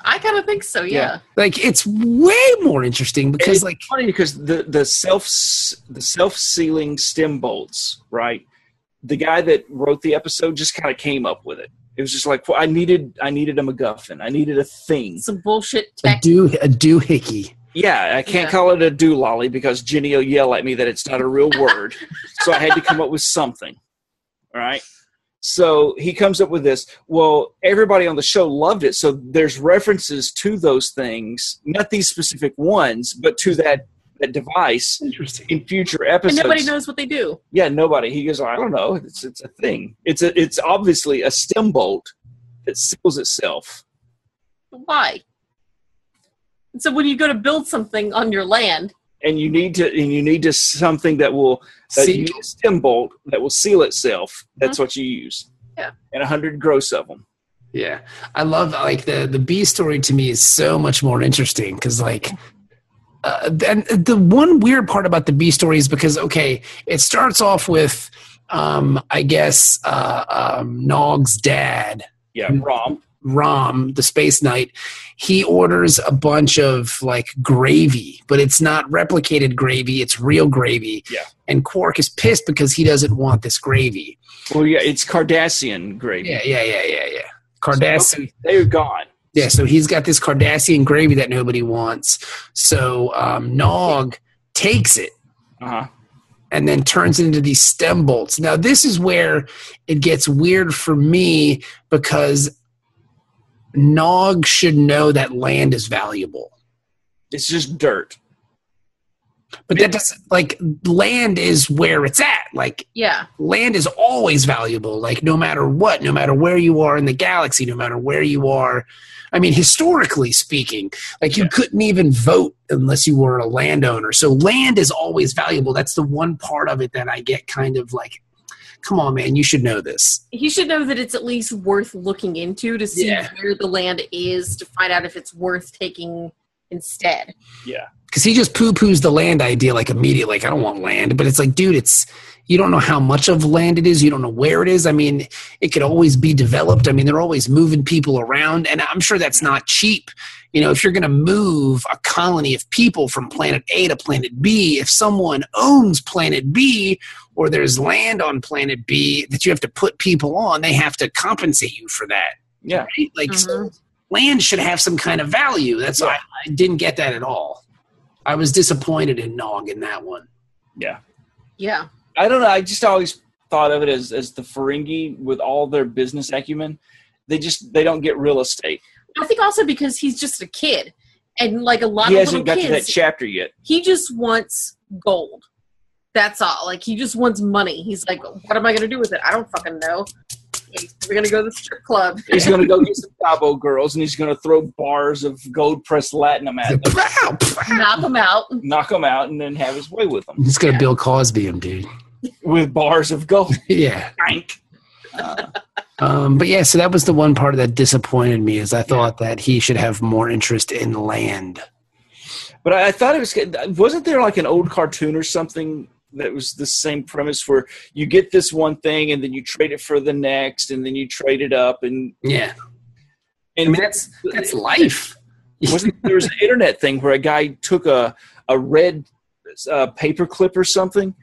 S2: I kind of think so. Yeah.
S3: Like it's way more interesting because
S4: It-
S3: like
S4: Funny because the the self the self sealing stem bolts, right? The guy that wrote the episode just kind of came up with it. It was just like well, I needed I needed a MacGuffin. I needed a thing.
S2: Some bullshit
S3: a
S2: tech.
S3: do a doohickey.
S4: Yeah, I can't
S2: Yeah.
S4: call it a doololly because Jenny will yell at me that it's not a real word. so I had to come up with something. All right. So he comes up with this. Well, everybody on the show loved it. So there's references to those things, not these specific ones, but to that, that device
S3: Interesting.
S4: in future
S2: And
S4: episodes.
S2: nobody knows what they do.
S4: Yeah, nobody. He goes, I don't know. It's, it's a thing. It's, a, it's obviously a stem bolt that seals itself.
S2: Why? And so when you go to build something on your land,
S4: And you need to, and you need to something that will that
S3: See,
S4: you use stem bolt that will seal itself. That's what you use.
S2: Uh-huh. Yeah.
S4: And a hundred gross of them.
S3: yeah, I love like the the B story to me is so much more interesting because like. Uh, and the one weird part about the B story is because okay, it starts off with, um, I guess, uh, um, Nog's dad,
S4: Yeah,
S3: Mm-hmm.
S4: Rom.
S3: Rom, the Space Knight, he orders a bunch of like gravy, but it's not replicated gravy, it's real gravy.
S4: Yeah.
S3: And Quark is pissed because he doesn't want this gravy.
S4: Well, yeah, it's Cardassian gravy.
S3: Yeah, yeah, yeah, yeah, yeah. Cardassian.
S4: They're gone.
S3: Yeah, so he's got this Cardassian gravy that nobody wants. So um, Nog takes it
S4: Uh-huh.
S3: and then turns it into these stem bolts. Now, this is where it gets weird for me because Nog should know that land is valuable.
S4: It's just dirt.
S3: But that doesn't like land is where it's at. Like
S2: yeah,
S3: land is always valuable. Like no matter what, no matter where you are in the galaxy, no matter where you are. I mean, historically speaking, like you couldn't even vote unless you were a landowner. So land is always valuable. That's the one part of it that I get kind of like, come on, man, you should know this.
S2: he should know that it's at least worth looking into to see
S3: Yeah.
S2: where the land is to find out if it's worth taking instead.
S3: Because he just poo poos the land idea like immediately. Like I don't want land, but it's like, dude, it's you don't know how much of land it is. You don't know where it is. I mean, it could always be developed. I mean, they're always moving people around, and I'm sure that's not cheap. You know, if you're going to move a colony of people from planet A to planet B, if someone owns planet B or there's land on planet B that you have to put people on, they have to compensate you for that.
S4: Yeah.
S3: Right? Like, so land should have some kind of value. That's why I didn't get that at all. I was disappointed in Nog in that one.
S4: Yeah.
S2: Yeah,
S4: I don't know. I just always thought of it as, as the Ferengi with all their business acumen. They just they don't get real estate.
S2: I think also because he's just a kid, and like a lot
S4: He
S2: of
S4: hasn't
S2: little
S4: got to that
S2: kids,
S4: chapter yet.
S2: he just wants gold. That's all. Like he just wants money. He's like, what am I gonna do with it? I don't fucking know. We're gonna go to the strip club.
S4: He's gonna go get some Cabo girls and he's gonna throw bars of gold pressed latinum at them,
S3: Pow, pow.
S2: knock him out.
S4: knock them out, and then have his way with them
S3: It's gonna Bill Cosby him, dude.
S4: with bars of gold.
S3: Yeah.
S4: Frank.
S3: Um, but yeah, so that was the one part that disappointed me is I thought that he should have more interest in land.
S4: But I, I thought it was wasn't there like an old cartoon or something that was the same premise where you get this one thing and then you trade it for the next and then you trade it up and
S3: Yeah. I
S4: and
S3: mean that's that's life.
S4: wasn't there was an internet thing where a guy took a a red uh, paper clip or something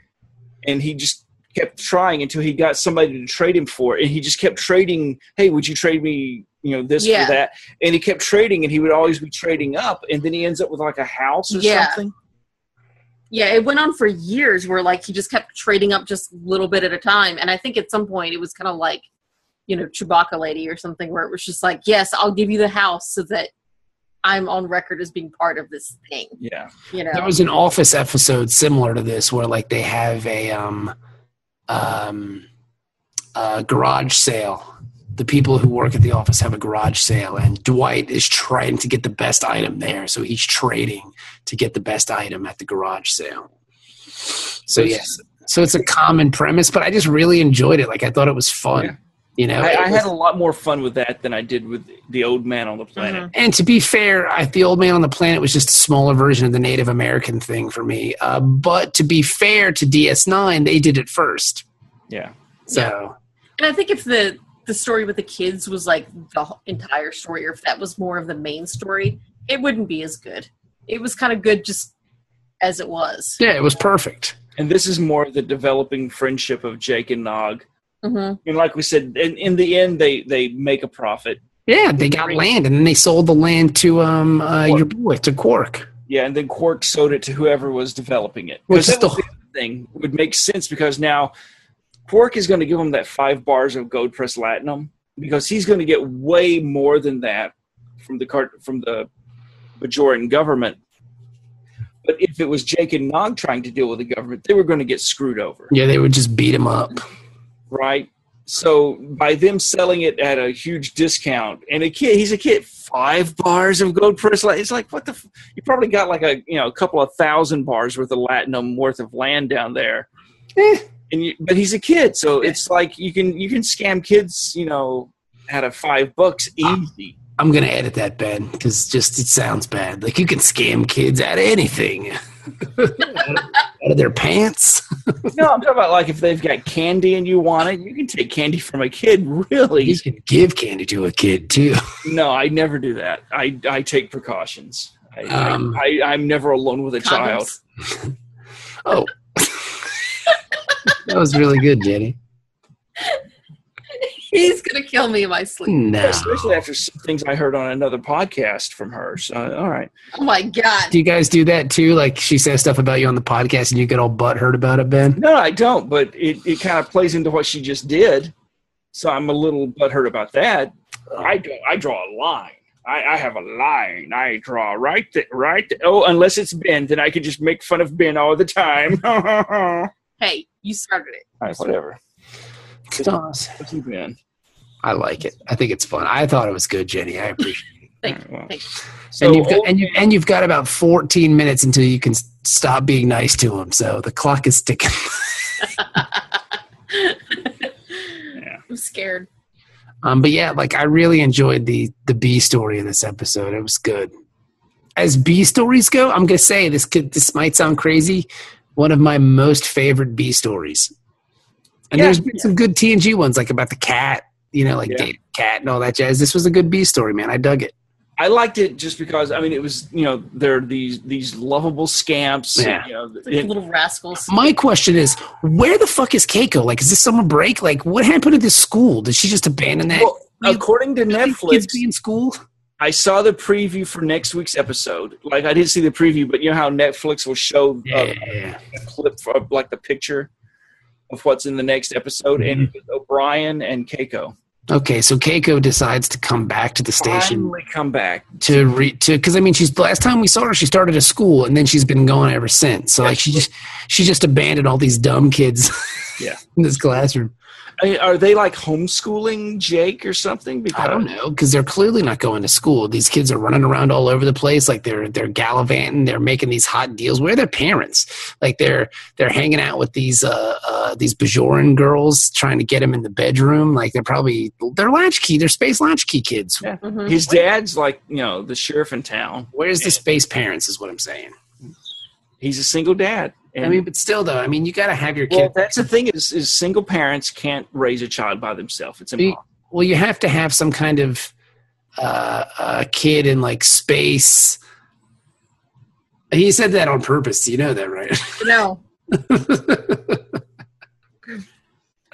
S4: and he just kept trying until he got somebody to trade him for it and he just kept trading hey would you trade me you know this
S2: Yeah.
S4: for that and he kept trading and he would always be trading up and then he ends up with like a house or
S2: Yeah.
S4: something
S2: Yeah, it went on for years where like he just kept trading up just a little bit at a time. And I think at some point it was kind of like, you know, Chewbacca Lady or something where it was just like, yes, I'll give you the house so that I'm on record as being part of this thing.
S4: Yeah.
S2: You know,
S3: There was an Office episode similar to this where like they have a um, um, a garage sale. The people who work at the office have a garage sale, and Dwight is trying to get the best item there, so he's trading to get the best item at the garage sale. So yes, so it's a common premise, but I just really enjoyed it. Like I thought it was fun.
S4: Yeah.
S3: You know,
S4: I,
S3: It
S4: I
S3: was-
S4: had a lot more fun with that than I did with the old man on the planet.
S3: And to be fair, I, the old man on the planet was just a smaller version of the Native American thing for me. Uh, but to be fair to DS9, they did it first.
S4: Yeah.
S3: So
S2: and I think if the the story with the kids was like the whole- entire story, or if that was more of the main story, it wouldn't be as good. It was kind of good just as it was.
S3: yeah, it was perfect.
S4: And this is more the developing friendship of Jake and Nog.
S2: hmm
S4: And like we said, in, in the end, they, they make a profit.
S3: Yeah, they got land, and then they sold the land to um uh,
S4: Quark.
S3: your boy to Quark.
S4: Yeah, and then Quark sold it to whoever was developing it.
S3: Which
S4: Because
S3: is
S4: that was
S3: the-
S4: the other thing would make sense because now Quark is going to give him that five bars of gold press latinum because he's going to get way more than that from the cart from the Bajoran government. But if it was Jake and Nog trying to deal with the government, they were going to get screwed over,
S3: Yeah, they would just beat him up.
S4: right? So by them selling it at a huge discount, and a kid, he's a kid, five bars of gold press. Latinum. It's like what the? F- you probably got like a you know a couple of thousand bars worth of latinum worth of land down there.
S3: Eh.
S4: And you, but he's a kid, so it's like you can you can scam kids, you know, out of five bucks easy.
S3: I'm gonna edit that, Ben, because just it sounds bad. Like you can scam kids out of anything, out of their pants.
S4: no, I'm talking about like if they've got candy and you want it, you can take candy from a kid. Really?
S3: You can give candy to a kid too.
S4: No, I never do that. I, I take precautions. I,
S3: Um,
S4: I, I, I'm never alone with a child.
S3: Oh, that was really good, Jenny.
S2: He's gonna kill me in my sleep.
S3: No.
S4: Especially after some things I heard on another podcast from her. So, all right.
S2: Oh my god!
S3: Do you guys do that too? Like she says stuff about you on the podcast and you get all butthurt about it, Ben?
S4: No, I don't, but it, it kind of plays into what she just did. So I'm a little butthurt about that. I, do- I draw a line. I, I have a line. I draw right th- right. th- oh, unless it's Ben, then I could just make fun of Ben all the time. all
S2: Hey, you started it.
S4: right, whatever.
S3: Stas.
S4: What's he been?
S3: I like it. I think it's fun. I thought it was good, Jenny. I appreciate it.
S2: Thank
S4: All right, well.
S2: thank
S4: So
S3: and, you've got,
S4: old
S3: and, you, and you've got about 14 minutes until you can s- stop being nice to him. So the clock is ticking.
S2: I'm scared.
S3: Um, but yeah, like I really enjoyed the the B story in this episode. It was good. As B stories go, I'm gonna say this could this might sound crazy. One of my most favorite B stories. And
S4: Yeah.
S3: there's been some good TNG ones, like about the cat, you know, like
S4: Yeah.
S3: dating cat and all that jazz. This was a good B story, man. I dug it.
S4: I liked it just because I mean it was you know there are these these lovable scamps. and,
S3: Yeah.
S4: you know,
S2: It's like
S4: it-
S2: little rascals.
S3: My question is, where the fuck is Keiko? Like, is this summer break? Like, what happened to this school? Did she just abandon that?
S4: well, according to
S3: These kids
S4: Netflix, Oh.
S3: be in school?
S4: I saw the preview for next week's episode. Like I didn't see the preview, but you know how Netflix will show uh,
S3: yeah.
S4: a clip of like the picture of what's in the next episode, and it
S3: Mm-hmm.
S4: was O'Brien and Keiko
S3: Okay, so Keiko decides to come back to the station.
S4: finally come back.
S3: to re to because I mean she's the last time we saw her she started a school and then she's been gone ever since. So like she just she just abandoned all these dumb kids.
S4: Yeah.
S3: in this classroom.
S4: I mean, are they like homeschooling Jake or something? Because
S3: I don't know because they're clearly not going to school. These kids are running around all over the place like they're they're gallivanting. They're making these hot deals. Where are their parents? Like they're they're hanging out with these uh, uh these Bajoran girls trying to get them in the bedroom. Like they're probably they're latchkey. They're space latchkey kids.
S4: Yeah.
S2: Mhm.
S4: His dad's like you know the sheriff in town.
S3: Where's the space parents? Is what I'm saying.
S4: He's a single dad. And
S3: I mean, but still though, I mean you got to have your kid.
S4: Well, that's the thing is, is single parents can't raise a child by themselves. It's
S3: You-
S4: impossible.
S3: well you have to have some kind of uh, uh, kid in like space he said that on purpose you know that right
S2: No.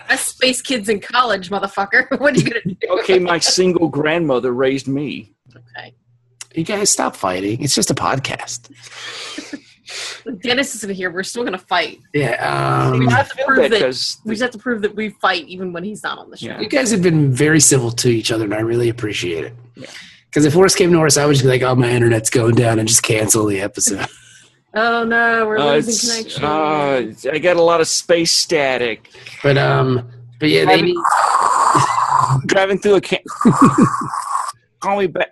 S2: Us space kids in college, motherfucker. What are you gonna do?
S4: Okay, my single grandmother raised me.
S2: Okay.
S3: you guys stop fighting it's just a podcast
S2: Dennis isn't here. We're still going to fight.
S3: Yeah.
S2: We
S3: Um,
S2: just have to prove that.
S4: because
S2: We just have to prove that we fight even when he's not on the show.
S4: Yeah.
S3: you guys have been very civil to each other, and I really appreciate it.
S4: Yeah.
S3: Because if worse came to worse, I would just be like, "Oh, my internet's going down," and just cancel the episode.
S2: Oh no, we're
S4: uh,
S2: losing
S4: it's-
S2: connection.
S4: uh, I got a lot of space static.
S3: But um, but yeah, they need,
S4: Driving through a can. Call me back.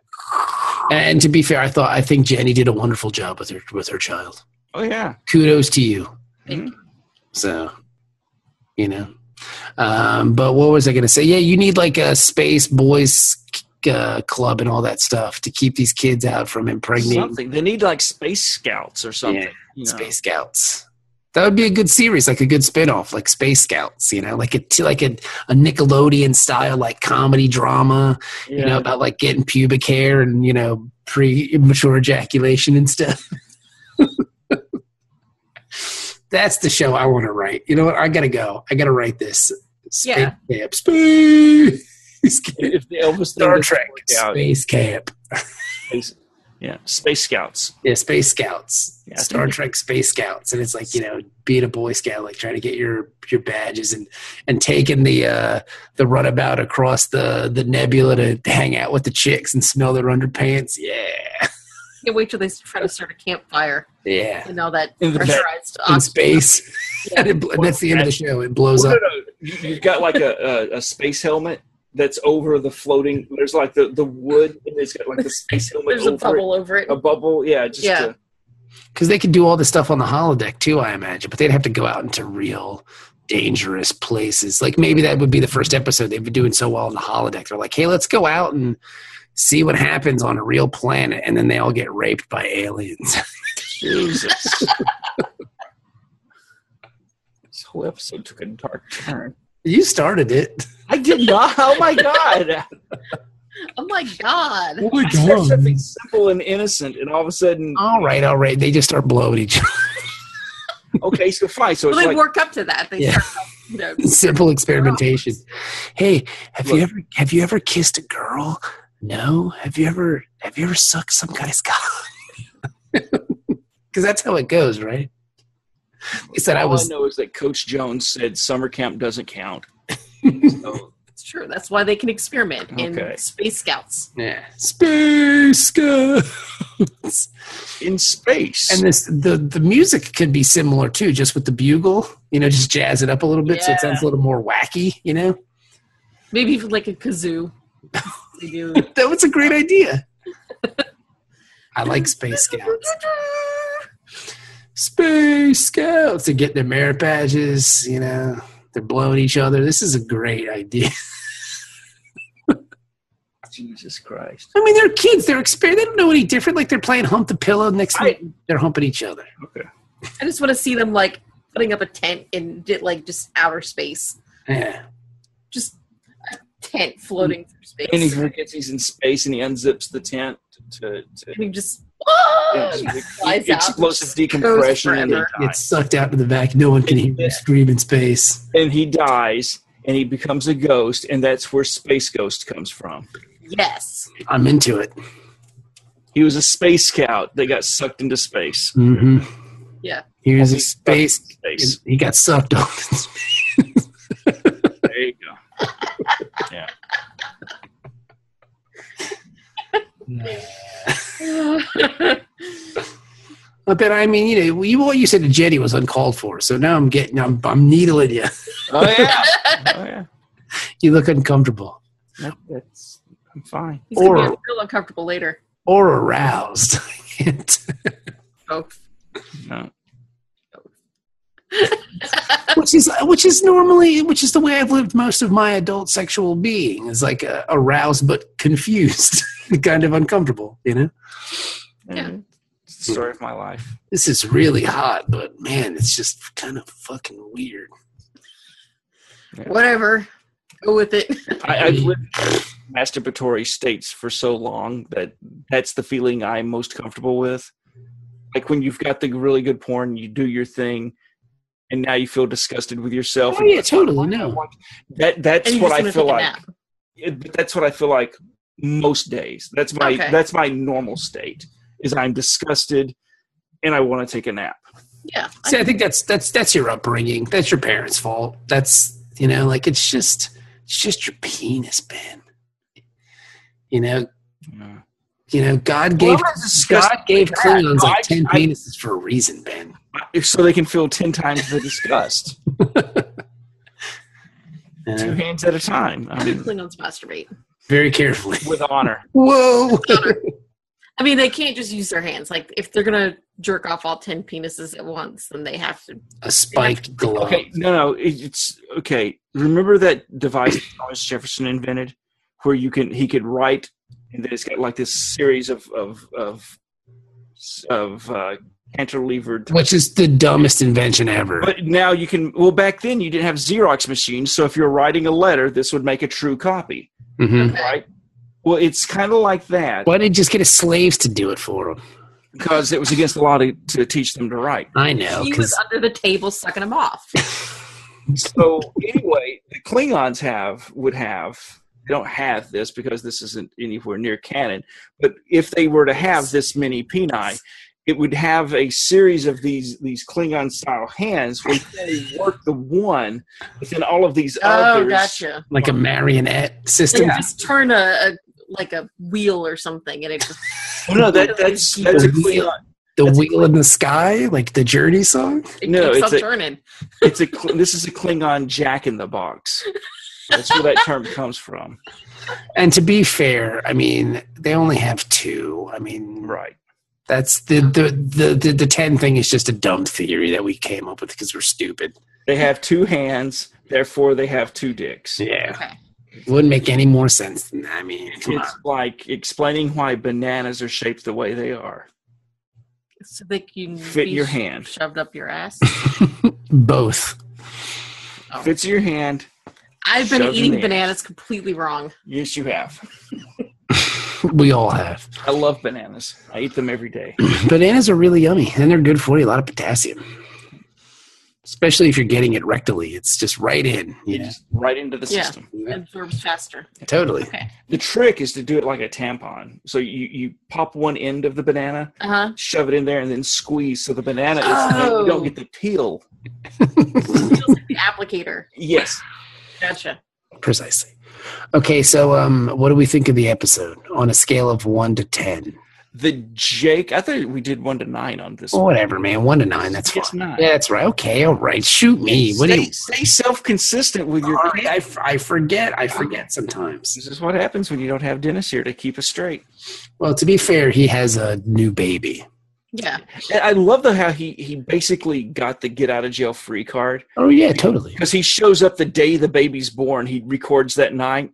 S3: and to be fair, I thought I think Jenny did a wonderful job with her with her child.
S4: Oh yeah.
S3: Kudos to you.
S2: Thank
S3: So, you know. Um, but what was I going to say? Yeah, you need like a space boys uh, club and all that stuff to keep these kids out from impregnating
S4: Something. They need like space scouts or something.
S3: Yeah,
S4: you know.
S3: space scouts. That would be a good series, like a good spin-off, like Space Scouts, you know, like a t- like a, a Nickelodeon style like comedy drama, you know,
S4: Yeah.
S3: about like getting pubic hair and you know pre immature ejaculation and stuff. That's the show I want to write. You know what? I gotta go. I gotta write this. Space
S2: Yeah.
S3: camp. Space camp.
S4: If the Elvis thing
S3: Star
S4: doesn't
S3: Trek.
S4: work out,
S3: Space camp.
S4: space- yeah, space scouts.
S3: Yeah, Space Scouts.
S4: Yeah, I
S3: Star
S4: think-
S3: Trek Space Scouts. And it's like, you know, being a Boy Scout, like trying to get your your badges and and taking the uh the runabout across the the nebula to hang out with the chicks and smell their underpants. Yeah.
S2: Can't wait till they try to start a campfire
S3: Yeah.
S2: and all that
S4: In the-
S2: pressurized
S3: In
S2: oxygen.
S3: space. and it bl- and that's the end of the show. It blows
S4: Well,
S3: up.
S4: no, no, you- You've got like a, a, a space helmet that's over the floating. There's like the, the wood, and it's got like the space helmet
S2: There's a
S4: over
S2: bubble over it.
S4: It, a bubble. Yeah, just
S2: Yeah.
S4: To,
S3: Because they could do all this stuff on the holodeck too, I imagine, but they'd have to go out into real dangerous places. Like maybe that would be the first episode. They've been doing so well on the holodeck. They're like, hey, let's go out and see what happens on a real planet. And then they all get raped by aliens.
S4: Jesus. this whole episode took a dark turn.
S3: you started it.
S4: I did not. Oh my god!
S2: Oh my god.
S3: Oh my
S4: I said something simple and innocent, and all of a sudden,
S3: All right, all right. They just start blowing each other.
S4: okay, so fine. So
S2: Well,
S4: it's
S2: they
S4: like,
S2: work up to that. They
S3: Yeah.
S2: start, you know,
S3: Simple experimentation. Hey, have you
S4: Look.
S3: ever have you ever kissed a girl? No. Have you ever have you ever sucked some guy's cock? Because that's how it goes, right? He said I
S4: all Oh, I
S3: was
S4: know is that Coach Jones said summer camp doesn't count. So,
S2: it's true. That's why they can experiment
S4: Okay.
S2: in space scouts.
S3: yeah. space scouts.
S4: in space,
S3: And this the the music could be similar too, just with the bugle. You know, just jazz it up a little bit so it sounds a little more wacky. You know,
S2: Maybe even like a kazoo. they do.
S3: that was a great idea. I like space scouts. Space Scouts. They're getting their merit badges, you know, they're blowing each other. This is a great idea.
S4: Jesus Christ.
S3: I mean, they're kids. They're exper- They don't know any different. Like they're playing hump the pillow. Next
S4: I-
S3: thing, they're humping each other.
S4: Okay.
S2: I just want to see them like putting up a tent in di- like just outer space.
S3: Yeah.
S2: Just a tent floating through space.
S4: And he forgets he's in space, and he unzips the tent to, to
S2: And he just,
S4: yeah,
S2: oh,
S4: just
S2: just
S4: the-
S2: flies out.
S4: explosive decompression, and he,
S2: forever.
S3: It's
S4: dies.
S3: sucked out to the back. No one can hear you scream in space.
S4: and he dies, and he becomes a ghost, and that's where Space Ghost comes from.
S2: Yes.
S3: I'm into it.
S4: He was a space scout that got sucked into space.
S3: Mm-hmm.
S2: Yeah.
S3: Here's a
S4: He's stuck in
S3: space.
S4: space.
S3: He got sucked off. in space.
S4: There you go.
S3: But I mean, you know, you, what you said to Jenny was uncalled for. So now I'm getting, I'm, I'm needling you.
S4: Oh yeah. oh yeah.
S3: You look uncomfortable
S4: That- that's I'm fine.
S2: He's going to
S3: Or-
S2: be real uncomfortable later.
S3: or aroused.
S2: Oh.
S4: No.
S3: which is which is normally which is the way I've lived most of my adult sexual being is like uh aroused but confused, kind of uncomfortable. You know,
S2: Yeah.
S4: It's the story of my life.
S3: this is really hot, but man, it's just kind of fucking weird.
S2: Whatever. Go with it.
S4: I, I've lived in masturbatory states for so long that that's the feeling I'm most comfortable with. Like when you've got the really good porn, you do your thing, and now you feel disgusted with yourself.
S3: Oh
S4: and
S3: yeah, totally. No,
S4: That that's
S2: And you
S4: what
S2: just
S4: I
S2: wanna
S4: feel
S2: take a
S4: like.
S2: nap.
S4: It- but that's what I feel like most days. That's my
S2: Okay.
S4: that's my normal state. Is I'm disgusted and I want to take a nap.
S2: Yeah. I-
S3: See, I think that's that's that's your upbringing. That's your parents' fault. That's you know, like it's just it's just your penis, Ben. You know, you know, God
S4: Well,
S3: gave
S4: I was just
S3: God gave
S4: discussing
S3: Klingons
S4: that.
S3: like ten
S4: I- I-
S3: penises for a reason, Ben.
S4: So they can feel ten times the disgust,
S3: You
S4: two
S3: know,
S4: hands at a time. I mean,
S2: Klingons masturbate.
S3: very carefully.
S4: with honor.
S3: Whoa!
S2: I mean, they can't just use their hands. Like, if they're gonna jerk off all ten penises at once, then they have to.
S3: a spiked glove.
S4: Okay, no, no, it- it's okay. Remember that device Thomas Jefferson invented, where you can he could write, and then it's got like this series of of of of uh, cantilevered.
S3: Which is the dumbest invention ever.
S4: But now you can. Well, back then you didn't have Xerox machines, so if you're writing a letter, this would make a true copy,
S3: Mhm.
S4: right? Well, it's kind of like that
S3: Why did you just get his slaves to do it for him?
S4: because it was against the law to, to teach them to write.
S3: I know,
S2: he was
S3: because
S2: under the table sucking them off.
S4: Oh, So anyway, the Klingons have would have they don't have this because this isn't anywhere near canon. But if they were to have this many peni, it would have a series of these these Klingon style hands where they work the one, but then all of these
S2: oh,
S4: others.
S2: gotcha.
S3: like a marionette
S2: They
S3: system.
S2: just turn a, a like a wheel or something, and it just
S4: Well, Oh, no, that, that's that's a Klingon.
S3: The
S4: That's
S3: wheel in the sky, like the Journey song.
S2: it
S4: No,
S2: keeps
S4: it's
S2: on
S4: a-
S2: turning.
S4: It's a Kl- this is a Klingon Jack in the Box. That's where that term comes from.
S3: And to be fair, I mean, they only have two. I mean,
S4: Right.
S3: that's the the the the, the ten thing is just a dumb theory that we came up with because we're stupid.
S4: They have two hands, therefore they have two dicks.
S3: Yeah,
S2: Okay.
S3: wouldn't make any more sense than that. I mean, come on.
S4: It's like explaining why bananas are shaped the way they are.
S2: So they can
S4: Fit
S2: be
S4: your
S2: sh-
S4: hand.
S2: shoved up your ass.
S3: Both.
S2: Oh.
S4: Fits your hand.
S2: I've been
S4: Shoved in the
S2: eating
S4: ass.
S2: bananas completely wrong.
S4: Yes, you have.
S3: We all have.
S4: I love bananas. I eat them every day.
S3: Bananas are really yummy and they're good for you. A lot of potassium, especially if you're getting it rectally. It's just right in. You know?
S4: Just right into the
S2: Yeah.
S4: system.
S2: It absorbs faster.
S3: Totally.
S4: The trick is to do it like a tampon. So you, you pop one end of the banana,
S2: Uh huh.
S4: shove it in there, and then squeeze. So the banana is
S2: Oh.
S4: you don't get the peel.
S2: Feels like the applicator.
S4: Yes.
S2: Gotcha.
S3: Precisely. Okay, so um, what do we think of the episode on a scale of one to ten?
S4: The Jake. I thought we did one to nine on this.
S3: Well, whatever, man. One to nine. That's
S4: It's
S3: fine.
S4: nine.
S3: Yeah, that's right. Okay, all right. Shoot me. What do
S4: stay,
S3: you?
S4: stay self-consistent with your.
S3: Sorry, I, f- I forget. I forget sometimes.
S4: This is what happens when you don't have Dennis here to keep us straight.
S3: Well, to be fair, he has a new baby.
S2: Yeah.
S4: And I love the how he he basically got the get out of jail free card
S3: Oh yeah, totally.
S4: because he shows up the day the baby's born. He records that night.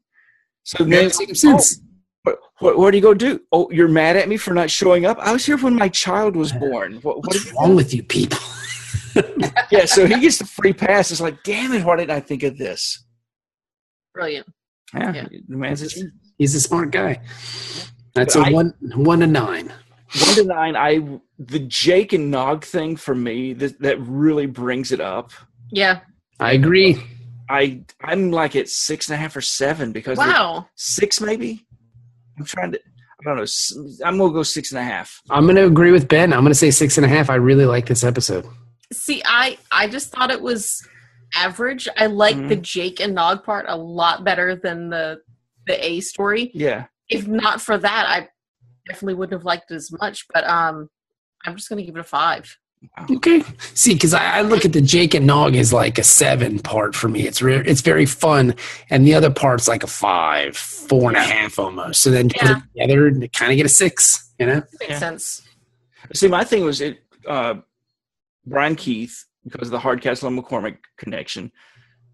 S4: So now,
S3: Makes sense.
S4: Oh, what, what, what do you go do? Oh, you're mad at me for not showing up. I was here when my child was born. What, what
S3: What's
S4: did you
S3: wrong with you people?
S4: do? Yeah, so he gets the free pass. It's like, damn it, why didn't I think of this?
S2: Brilliant.
S4: Yeah,
S2: Yeah.
S4: the man's a-
S3: He's a smart guy. That's a
S4: I-
S3: one one to nine.
S4: one to nine. I the Jake and Nog thing for me that that really brings it up.
S2: Yeah.
S3: I agree.
S4: I I'm like at six and a half or seven because the-
S2: Wow.
S4: six maybe. I'm trying to. I don't know. s- I'm gonna go six and a half.
S3: I'm gonna agree with Ben. I'm gonna say six and a half. I really like this episode.
S2: See, I I just thought it was average. I like the Jake and Nog part a lot better than the the A story.
S4: Yeah,
S2: If not for that, I definitely wouldn't have liked it as much. But um, I'm just gonna give it a five.
S3: Okay. See, because I, I look at the Jake and Nog as like a seven part for me. It's re- it's very fun, and the other part's like a five, four and a half almost. So then put
S2: Yeah.
S3: it together and kind of get a six. You know,
S2: Makes
S4: Yeah.
S2: sense.
S4: See, my thing was it. Uh, Brian Keith because of the Hardcastle and McCormick connection.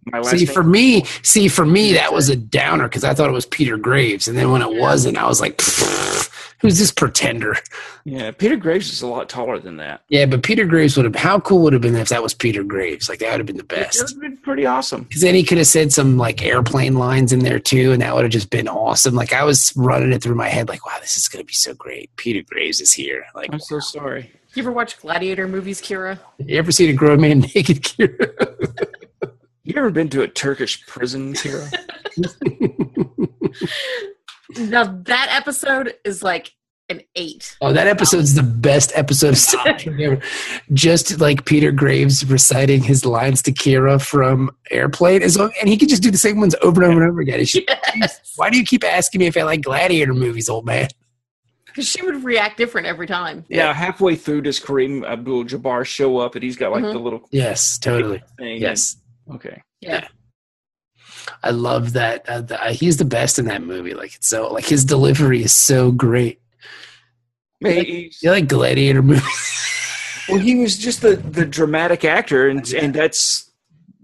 S4: My last
S3: see
S4: name-
S3: for me, see for me that was a downer because I thought it was Peter Graves, and then when it wasn't, I was like, "Pfft, who's this pretender?
S4: yeah, Peter Graves is a lot taller than that.
S3: Yeah, but Peter Graves would have. How cool would it have been if that was Peter Graves? Like that would have been the
S4: It would
S3: best.
S4: have been pretty awesome.
S3: Because then he could have said some like airplane lines in there too, and that would have just been awesome. Like I was running it through my head, like, wow, this is gonna be so great. Peter Graves is here. Like,
S4: I'm so sorry.
S2: You ever watch gladiator movies, Kira?
S3: you ever seen a grown man naked? Kira?
S4: You ever been to a Turkish prison, Kira?
S2: Now that episode is like an eight.
S3: Oh, that episode's the best episode of Star Trek ever. Just like Peter Graves reciting his lines to Kira from Airplane, and, so, and he could just do the same ones over and over and over again. It's just,
S2: Yes.
S3: Why do you keep asking me if I like gladiator movies, old man?
S2: Because she would react different every time.
S4: Yeah, halfway through does Kareem Abdul-Jabbar show up, and he's got like the little
S3: Yes, totally.
S4: thing.
S3: Yes,
S4: and- okay.
S3: I love that. Uh, the, uh, he's the best in that movie. Like it's so, like his delivery is so great.
S4: He- he's-
S3: You like gladiator movies?
S4: Well, he was just the, the dramatic actor, and and that's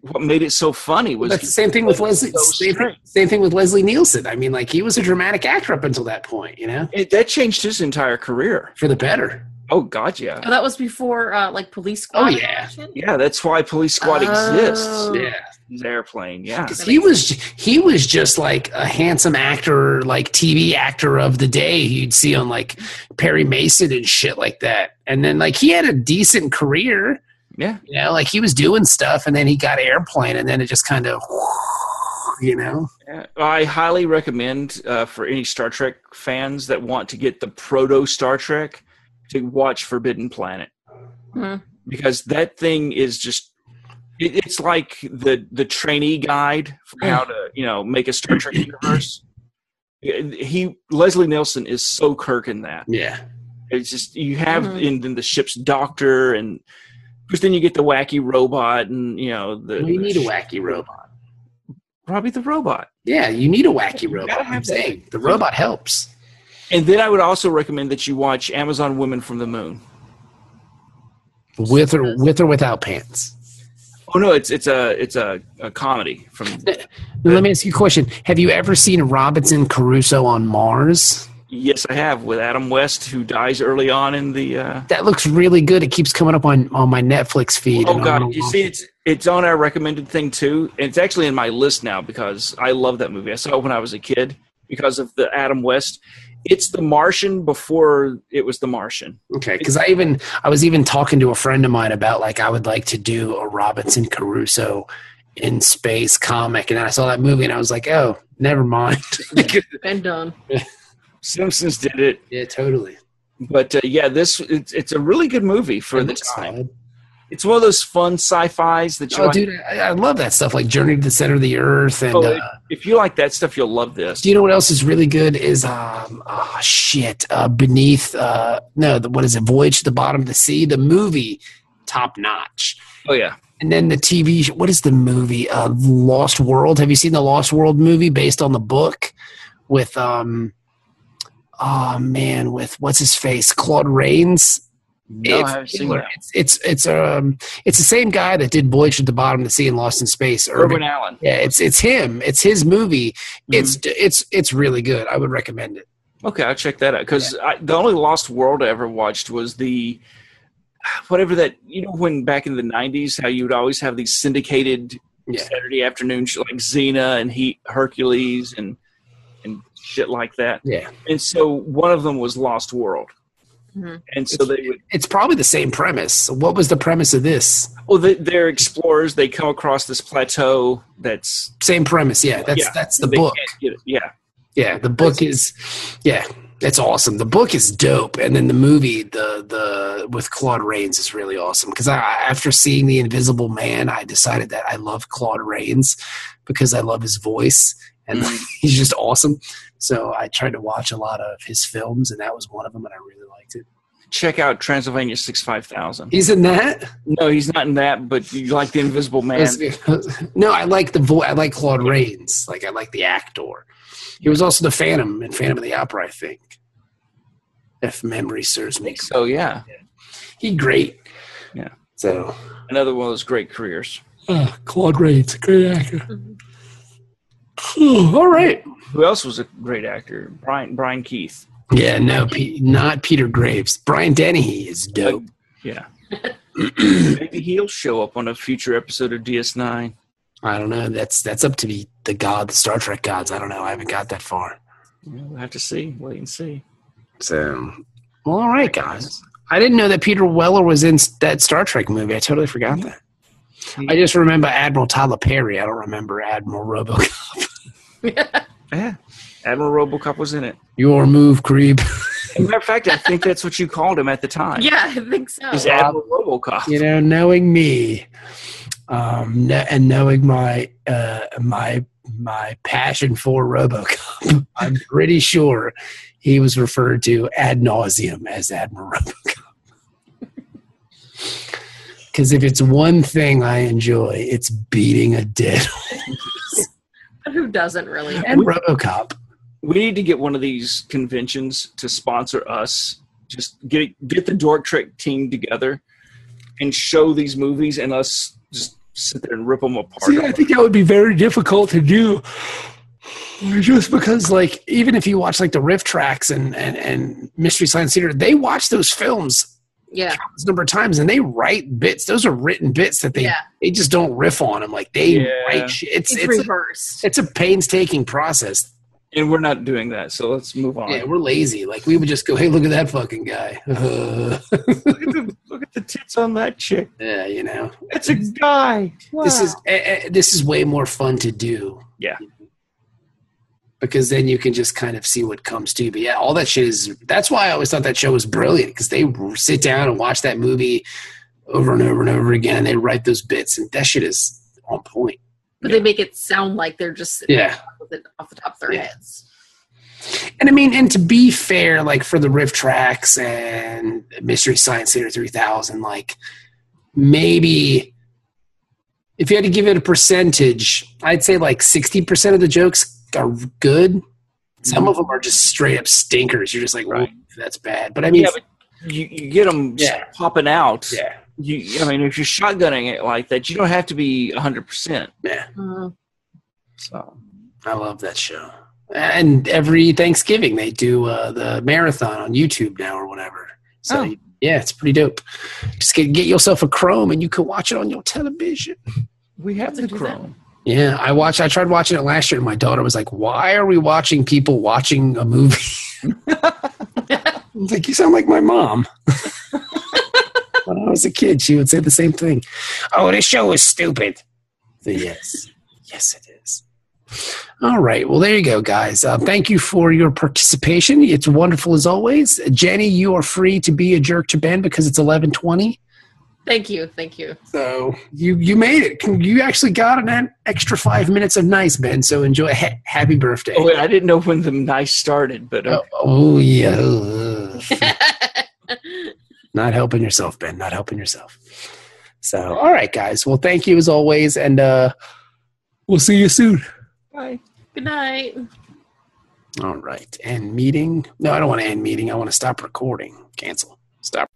S4: what made it so funny. Was
S3: That's the same thing with Leslie.
S4: so
S3: Same, same thing with Leslie Nielsen. I mean, like he was a dramatic actor up until that point, you know,
S4: it, that changed his entire career.
S3: for the better.
S4: Oh God, yeah,
S2: Oh, that was before uh, like police squad.
S3: Oh, yeah.
S2: action?
S4: yeah. That's why Police Squad
S2: Oh.
S4: exists.
S3: Yeah.
S4: His airplane, yeah.
S3: Because he was he was just like a handsome actor, like TV actor of the day you'd see on like Perry Mason and shit like that. And then like he had a decent career,
S4: Yeah,
S3: you know, like he was doing stuff, and then he got airplane, and then it just kind of, you know,
S4: yeah. I highly recommend uh, for any Star Trek fans that want to get the proto Star Trek to watch Forbidden Planet
S2: Hmm.
S4: because that thing is just. it- It's like the the trainee guide for how
S3: Hmm.
S4: to you know make a Star Trek universe. He Leslie Nielsen is so Kirk in that.
S3: yeah,
S4: It's just you have
S3: Hmm.
S2: Mhm.
S4: and then the ship's doctor and because then you get the wacky robot and you know the,
S3: you
S4: the
S3: need a
S4: sh-
S3: wacky robot.
S4: probably the robot.
S3: Yeah, you need a wacky robot.
S4: gotta
S3: I'm
S4: have that.
S3: saying the robot helps.
S4: And then I would also recommend that you watch Amazon Women from the Moon.
S3: with or with or without pants.
S4: Oh no, it's it's a it's a, a comedy from
S3: Let me ask you a question: Have you ever seen Robinson Crusoe on Mars?
S4: yes I have with Adam West who dies early on in the uh,
S3: That looks really good. It keeps coming up on on my Netflix feed.
S4: oh
S3: and I
S4: god
S3: wanna
S4: you
S3: watch
S4: see
S3: it.
S4: it's it's on our recommended thing too and it's actually in my list now because I love that movie I saw it when I was a kid because of the Adam West. It's The Martian before it was The Martian.
S3: Okay, because I even I was even talking to a friend of mine about like I would like to do a Robinson Crusoe in space comic, and I saw that movie and I was like, oh, never mind.
S2: Been done.
S4: Simpsons did it.
S3: yeah, totally.
S4: but uh, yeah, this it's, it's a really good movie for the time.
S3: Solid.
S4: It's one of those fun sci-fi's that you
S3: Oh,
S4: like.
S3: dude, I, I love that stuff like Journey to the Center of the Earth and.
S4: Oh,
S3: uh,
S4: it- if you like that stuff, you'll love this.
S3: Do you know what else is really good? Is um oh shit uh, beneath uh no the, what is it Voyage to the Bottom of the Sea the movie top notch
S4: oh yeah,
S3: and then the TV sh- what is the movie uh, Lost World Have you seen the Lost World movie based on the book with um oh man with what's his face Claude Rains
S4: no, I
S3: It's
S4: haven't seen
S3: Hitler.
S4: that.
S3: it's it's it's um it's the same guy that did Voyage to the Bottom of the Sea and Lost in Space
S4: Urban Allen.
S3: yeah, it's it's him. It's his movie.
S4: Mm-hmm.
S3: It's it's it's really good. I would recommend it.
S4: Okay, I'll check that out because the only Lost World I ever watched was the whatever that you know when back in the '90s how you would always have these syndicated
S3: Yeah.
S4: Saturday afternoon sh- like Xena and Heat Hercules and and shit like that.
S3: Yeah,
S4: And so one of them was Lost World,
S2: Mhm.
S4: and so they would
S3: it's probably the same premise. What was the premise of this?
S4: Well, they, they're explorers. They come across this plateau that's
S3: Same premise. Yeah, that's
S4: Yeah.
S3: that's the
S4: they
S3: book.
S4: can't get it. Yeah,
S3: Yeah, the book is. Yeah, that's awesome. The book is dope, and then the movie, the the with Claude Rains is really awesome. Because I after seeing The Invisible Man, I decided that I love Claude Rains because I love his voice, and he's just awesome. So I tried to watch a lot of his films, and that was one of them, and I really liked it.
S4: check out Transylvania Six Five Thousand.
S3: He's in that.
S4: No, he's not in that. But you like the Invisible Man?
S3: no, I like the voice. I like Claude Rains. Like I like the actor. He was also the Phantom in Phantom of the Opera, I think. If memory serves me,
S4: So yeah,
S3: he great.
S4: Yeah.
S3: So
S4: another one of those great careers.
S3: Ah, Claude Rains, great actor. Mm-hmm. all right.
S4: Who else was a great actor? Brian Brian Keith.
S3: Yeah, no, Pe- not Peter Graves. Brian Dennehy is dope.
S4: Yeah. Maybe he'll show up on a future episode of DS9.
S3: I don't know. That's that's up to the the god, the Star Trek gods. I don't know. I haven't got that far.
S4: Yeah, We'll have to see. Wait and see.
S3: So, well, all right, guys. I didn't know that Peter Weller was in s- that Star Trek movie. I totally forgot that. I just remember Admiral Tyler Perry. I don't remember Admiral Robocop.
S4: Yeah. Admiral Robocop was in it.
S3: Your move, creep.
S4: matter of fact, I think that's what you called him at the time.
S2: Yeah, I think so.
S4: He's Admiral Robocop.
S3: you know, knowing me, um, kn- and knowing my uh, my my passion for RoboCop, I'm pretty sure he was referred to ad nauseum as Admiral RoboCop. Because if it's one thing I enjoy, it's beating a dead
S2: Who doesn't really?
S3: and RoboCop.
S4: We need to get one of these conventions to sponsor us. Just get get the Dork Trick team together and show these movies, and us just sit there and rip them apart.
S3: See, I think that would be very difficult to do. Just because, like, even if you watch like the riff tracks and and, and Mystery Science Theater, they watch those films
S2: Yeah,
S3: a number of times and they write bits. Those are written bits that they
S2: yeah.
S3: they just don't riff on them. Like they
S4: Yeah.
S3: write shit. It's
S2: It's,
S3: it's a,
S2: reversed.
S3: it's a painstaking process.
S4: and we're not doing that, so let's move on.
S3: Yeah, we're lazy. Like we would just go, hey, look at that fucking guy. Uh,
S4: look, at the, look at the tits on that chick.
S3: yeah, you know,
S4: That's a guy.
S3: this is eh, eh, this is way more fun to do.
S4: Yeah.
S3: Because then you can just kind of see what comes to you. But yeah, all that shit is. That's why I always thought that show was brilliant because they r- sit down and watch that movie over and over and over again. And they write those bits, and that shit is on point.
S2: But they make it sound like they're just sitting
S3: Yeah.
S2: with it off the top of their
S3: Yeah.
S2: heads.
S3: And I mean, and to be fair, like for the riff tracks and Mystery Science Theater 3000, like maybe if you had to give it a percentage, I'd say like 60% of the jokes are good. Some of them are just straight up stinkers. You're just like, well,
S4: Mm-hmm. Right.
S3: that's bad. But I mean,
S4: yeah, but you, you get them
S3: Yeah.
S4: popping out.
S3: yeah,
S4: You, I mean, if you're shotgunning it like that, you don't have to be 100%.
S2: Mm.
S4: So,
S3: I love that show. And every Thanksgiving, they do uh, the marathon on YouTube now or whatever. So,
S4: Oh.
S3: yeah, it's pretty dope. Just get, get yourself a Chrome and you can watch it on your television.
S4: we have the
S2: do that.
S4: Chrome.
S3: Yeah, I watched. I tried watching it last year, and my daughter was like, "Why are we watching people watching a movie?" I was like, "You sound like my mom." when I was a kid, she would say the same thing. Oh, this show is stupid. So, yes, yes, it is. All right. Well, there you go, guys. Uh, thank you for your participation. It's wonderful as always. Jenny, you are free to be a jerk to Ben because it's eleven twenty.
S2: Thank you, thank you.
S3: So you you made it. Con- You actually got an en- extra five minutes of nice, Ben. So enjoy. Ha- happy birthday.
S4: Oh, wait, I didn't know when the nice started, but uh,
S3: Oh, oh, yeah. Ugh. Not helping yourself, Ben. Not helping yourself. So all right, guys. Well, thank you as always, and uh, we'll see you soon.
S4: bye.
S2: Good night.
S3: All right. End meeting. No, I don't want to end meeting. I want to stop recording. Cancel. Stop.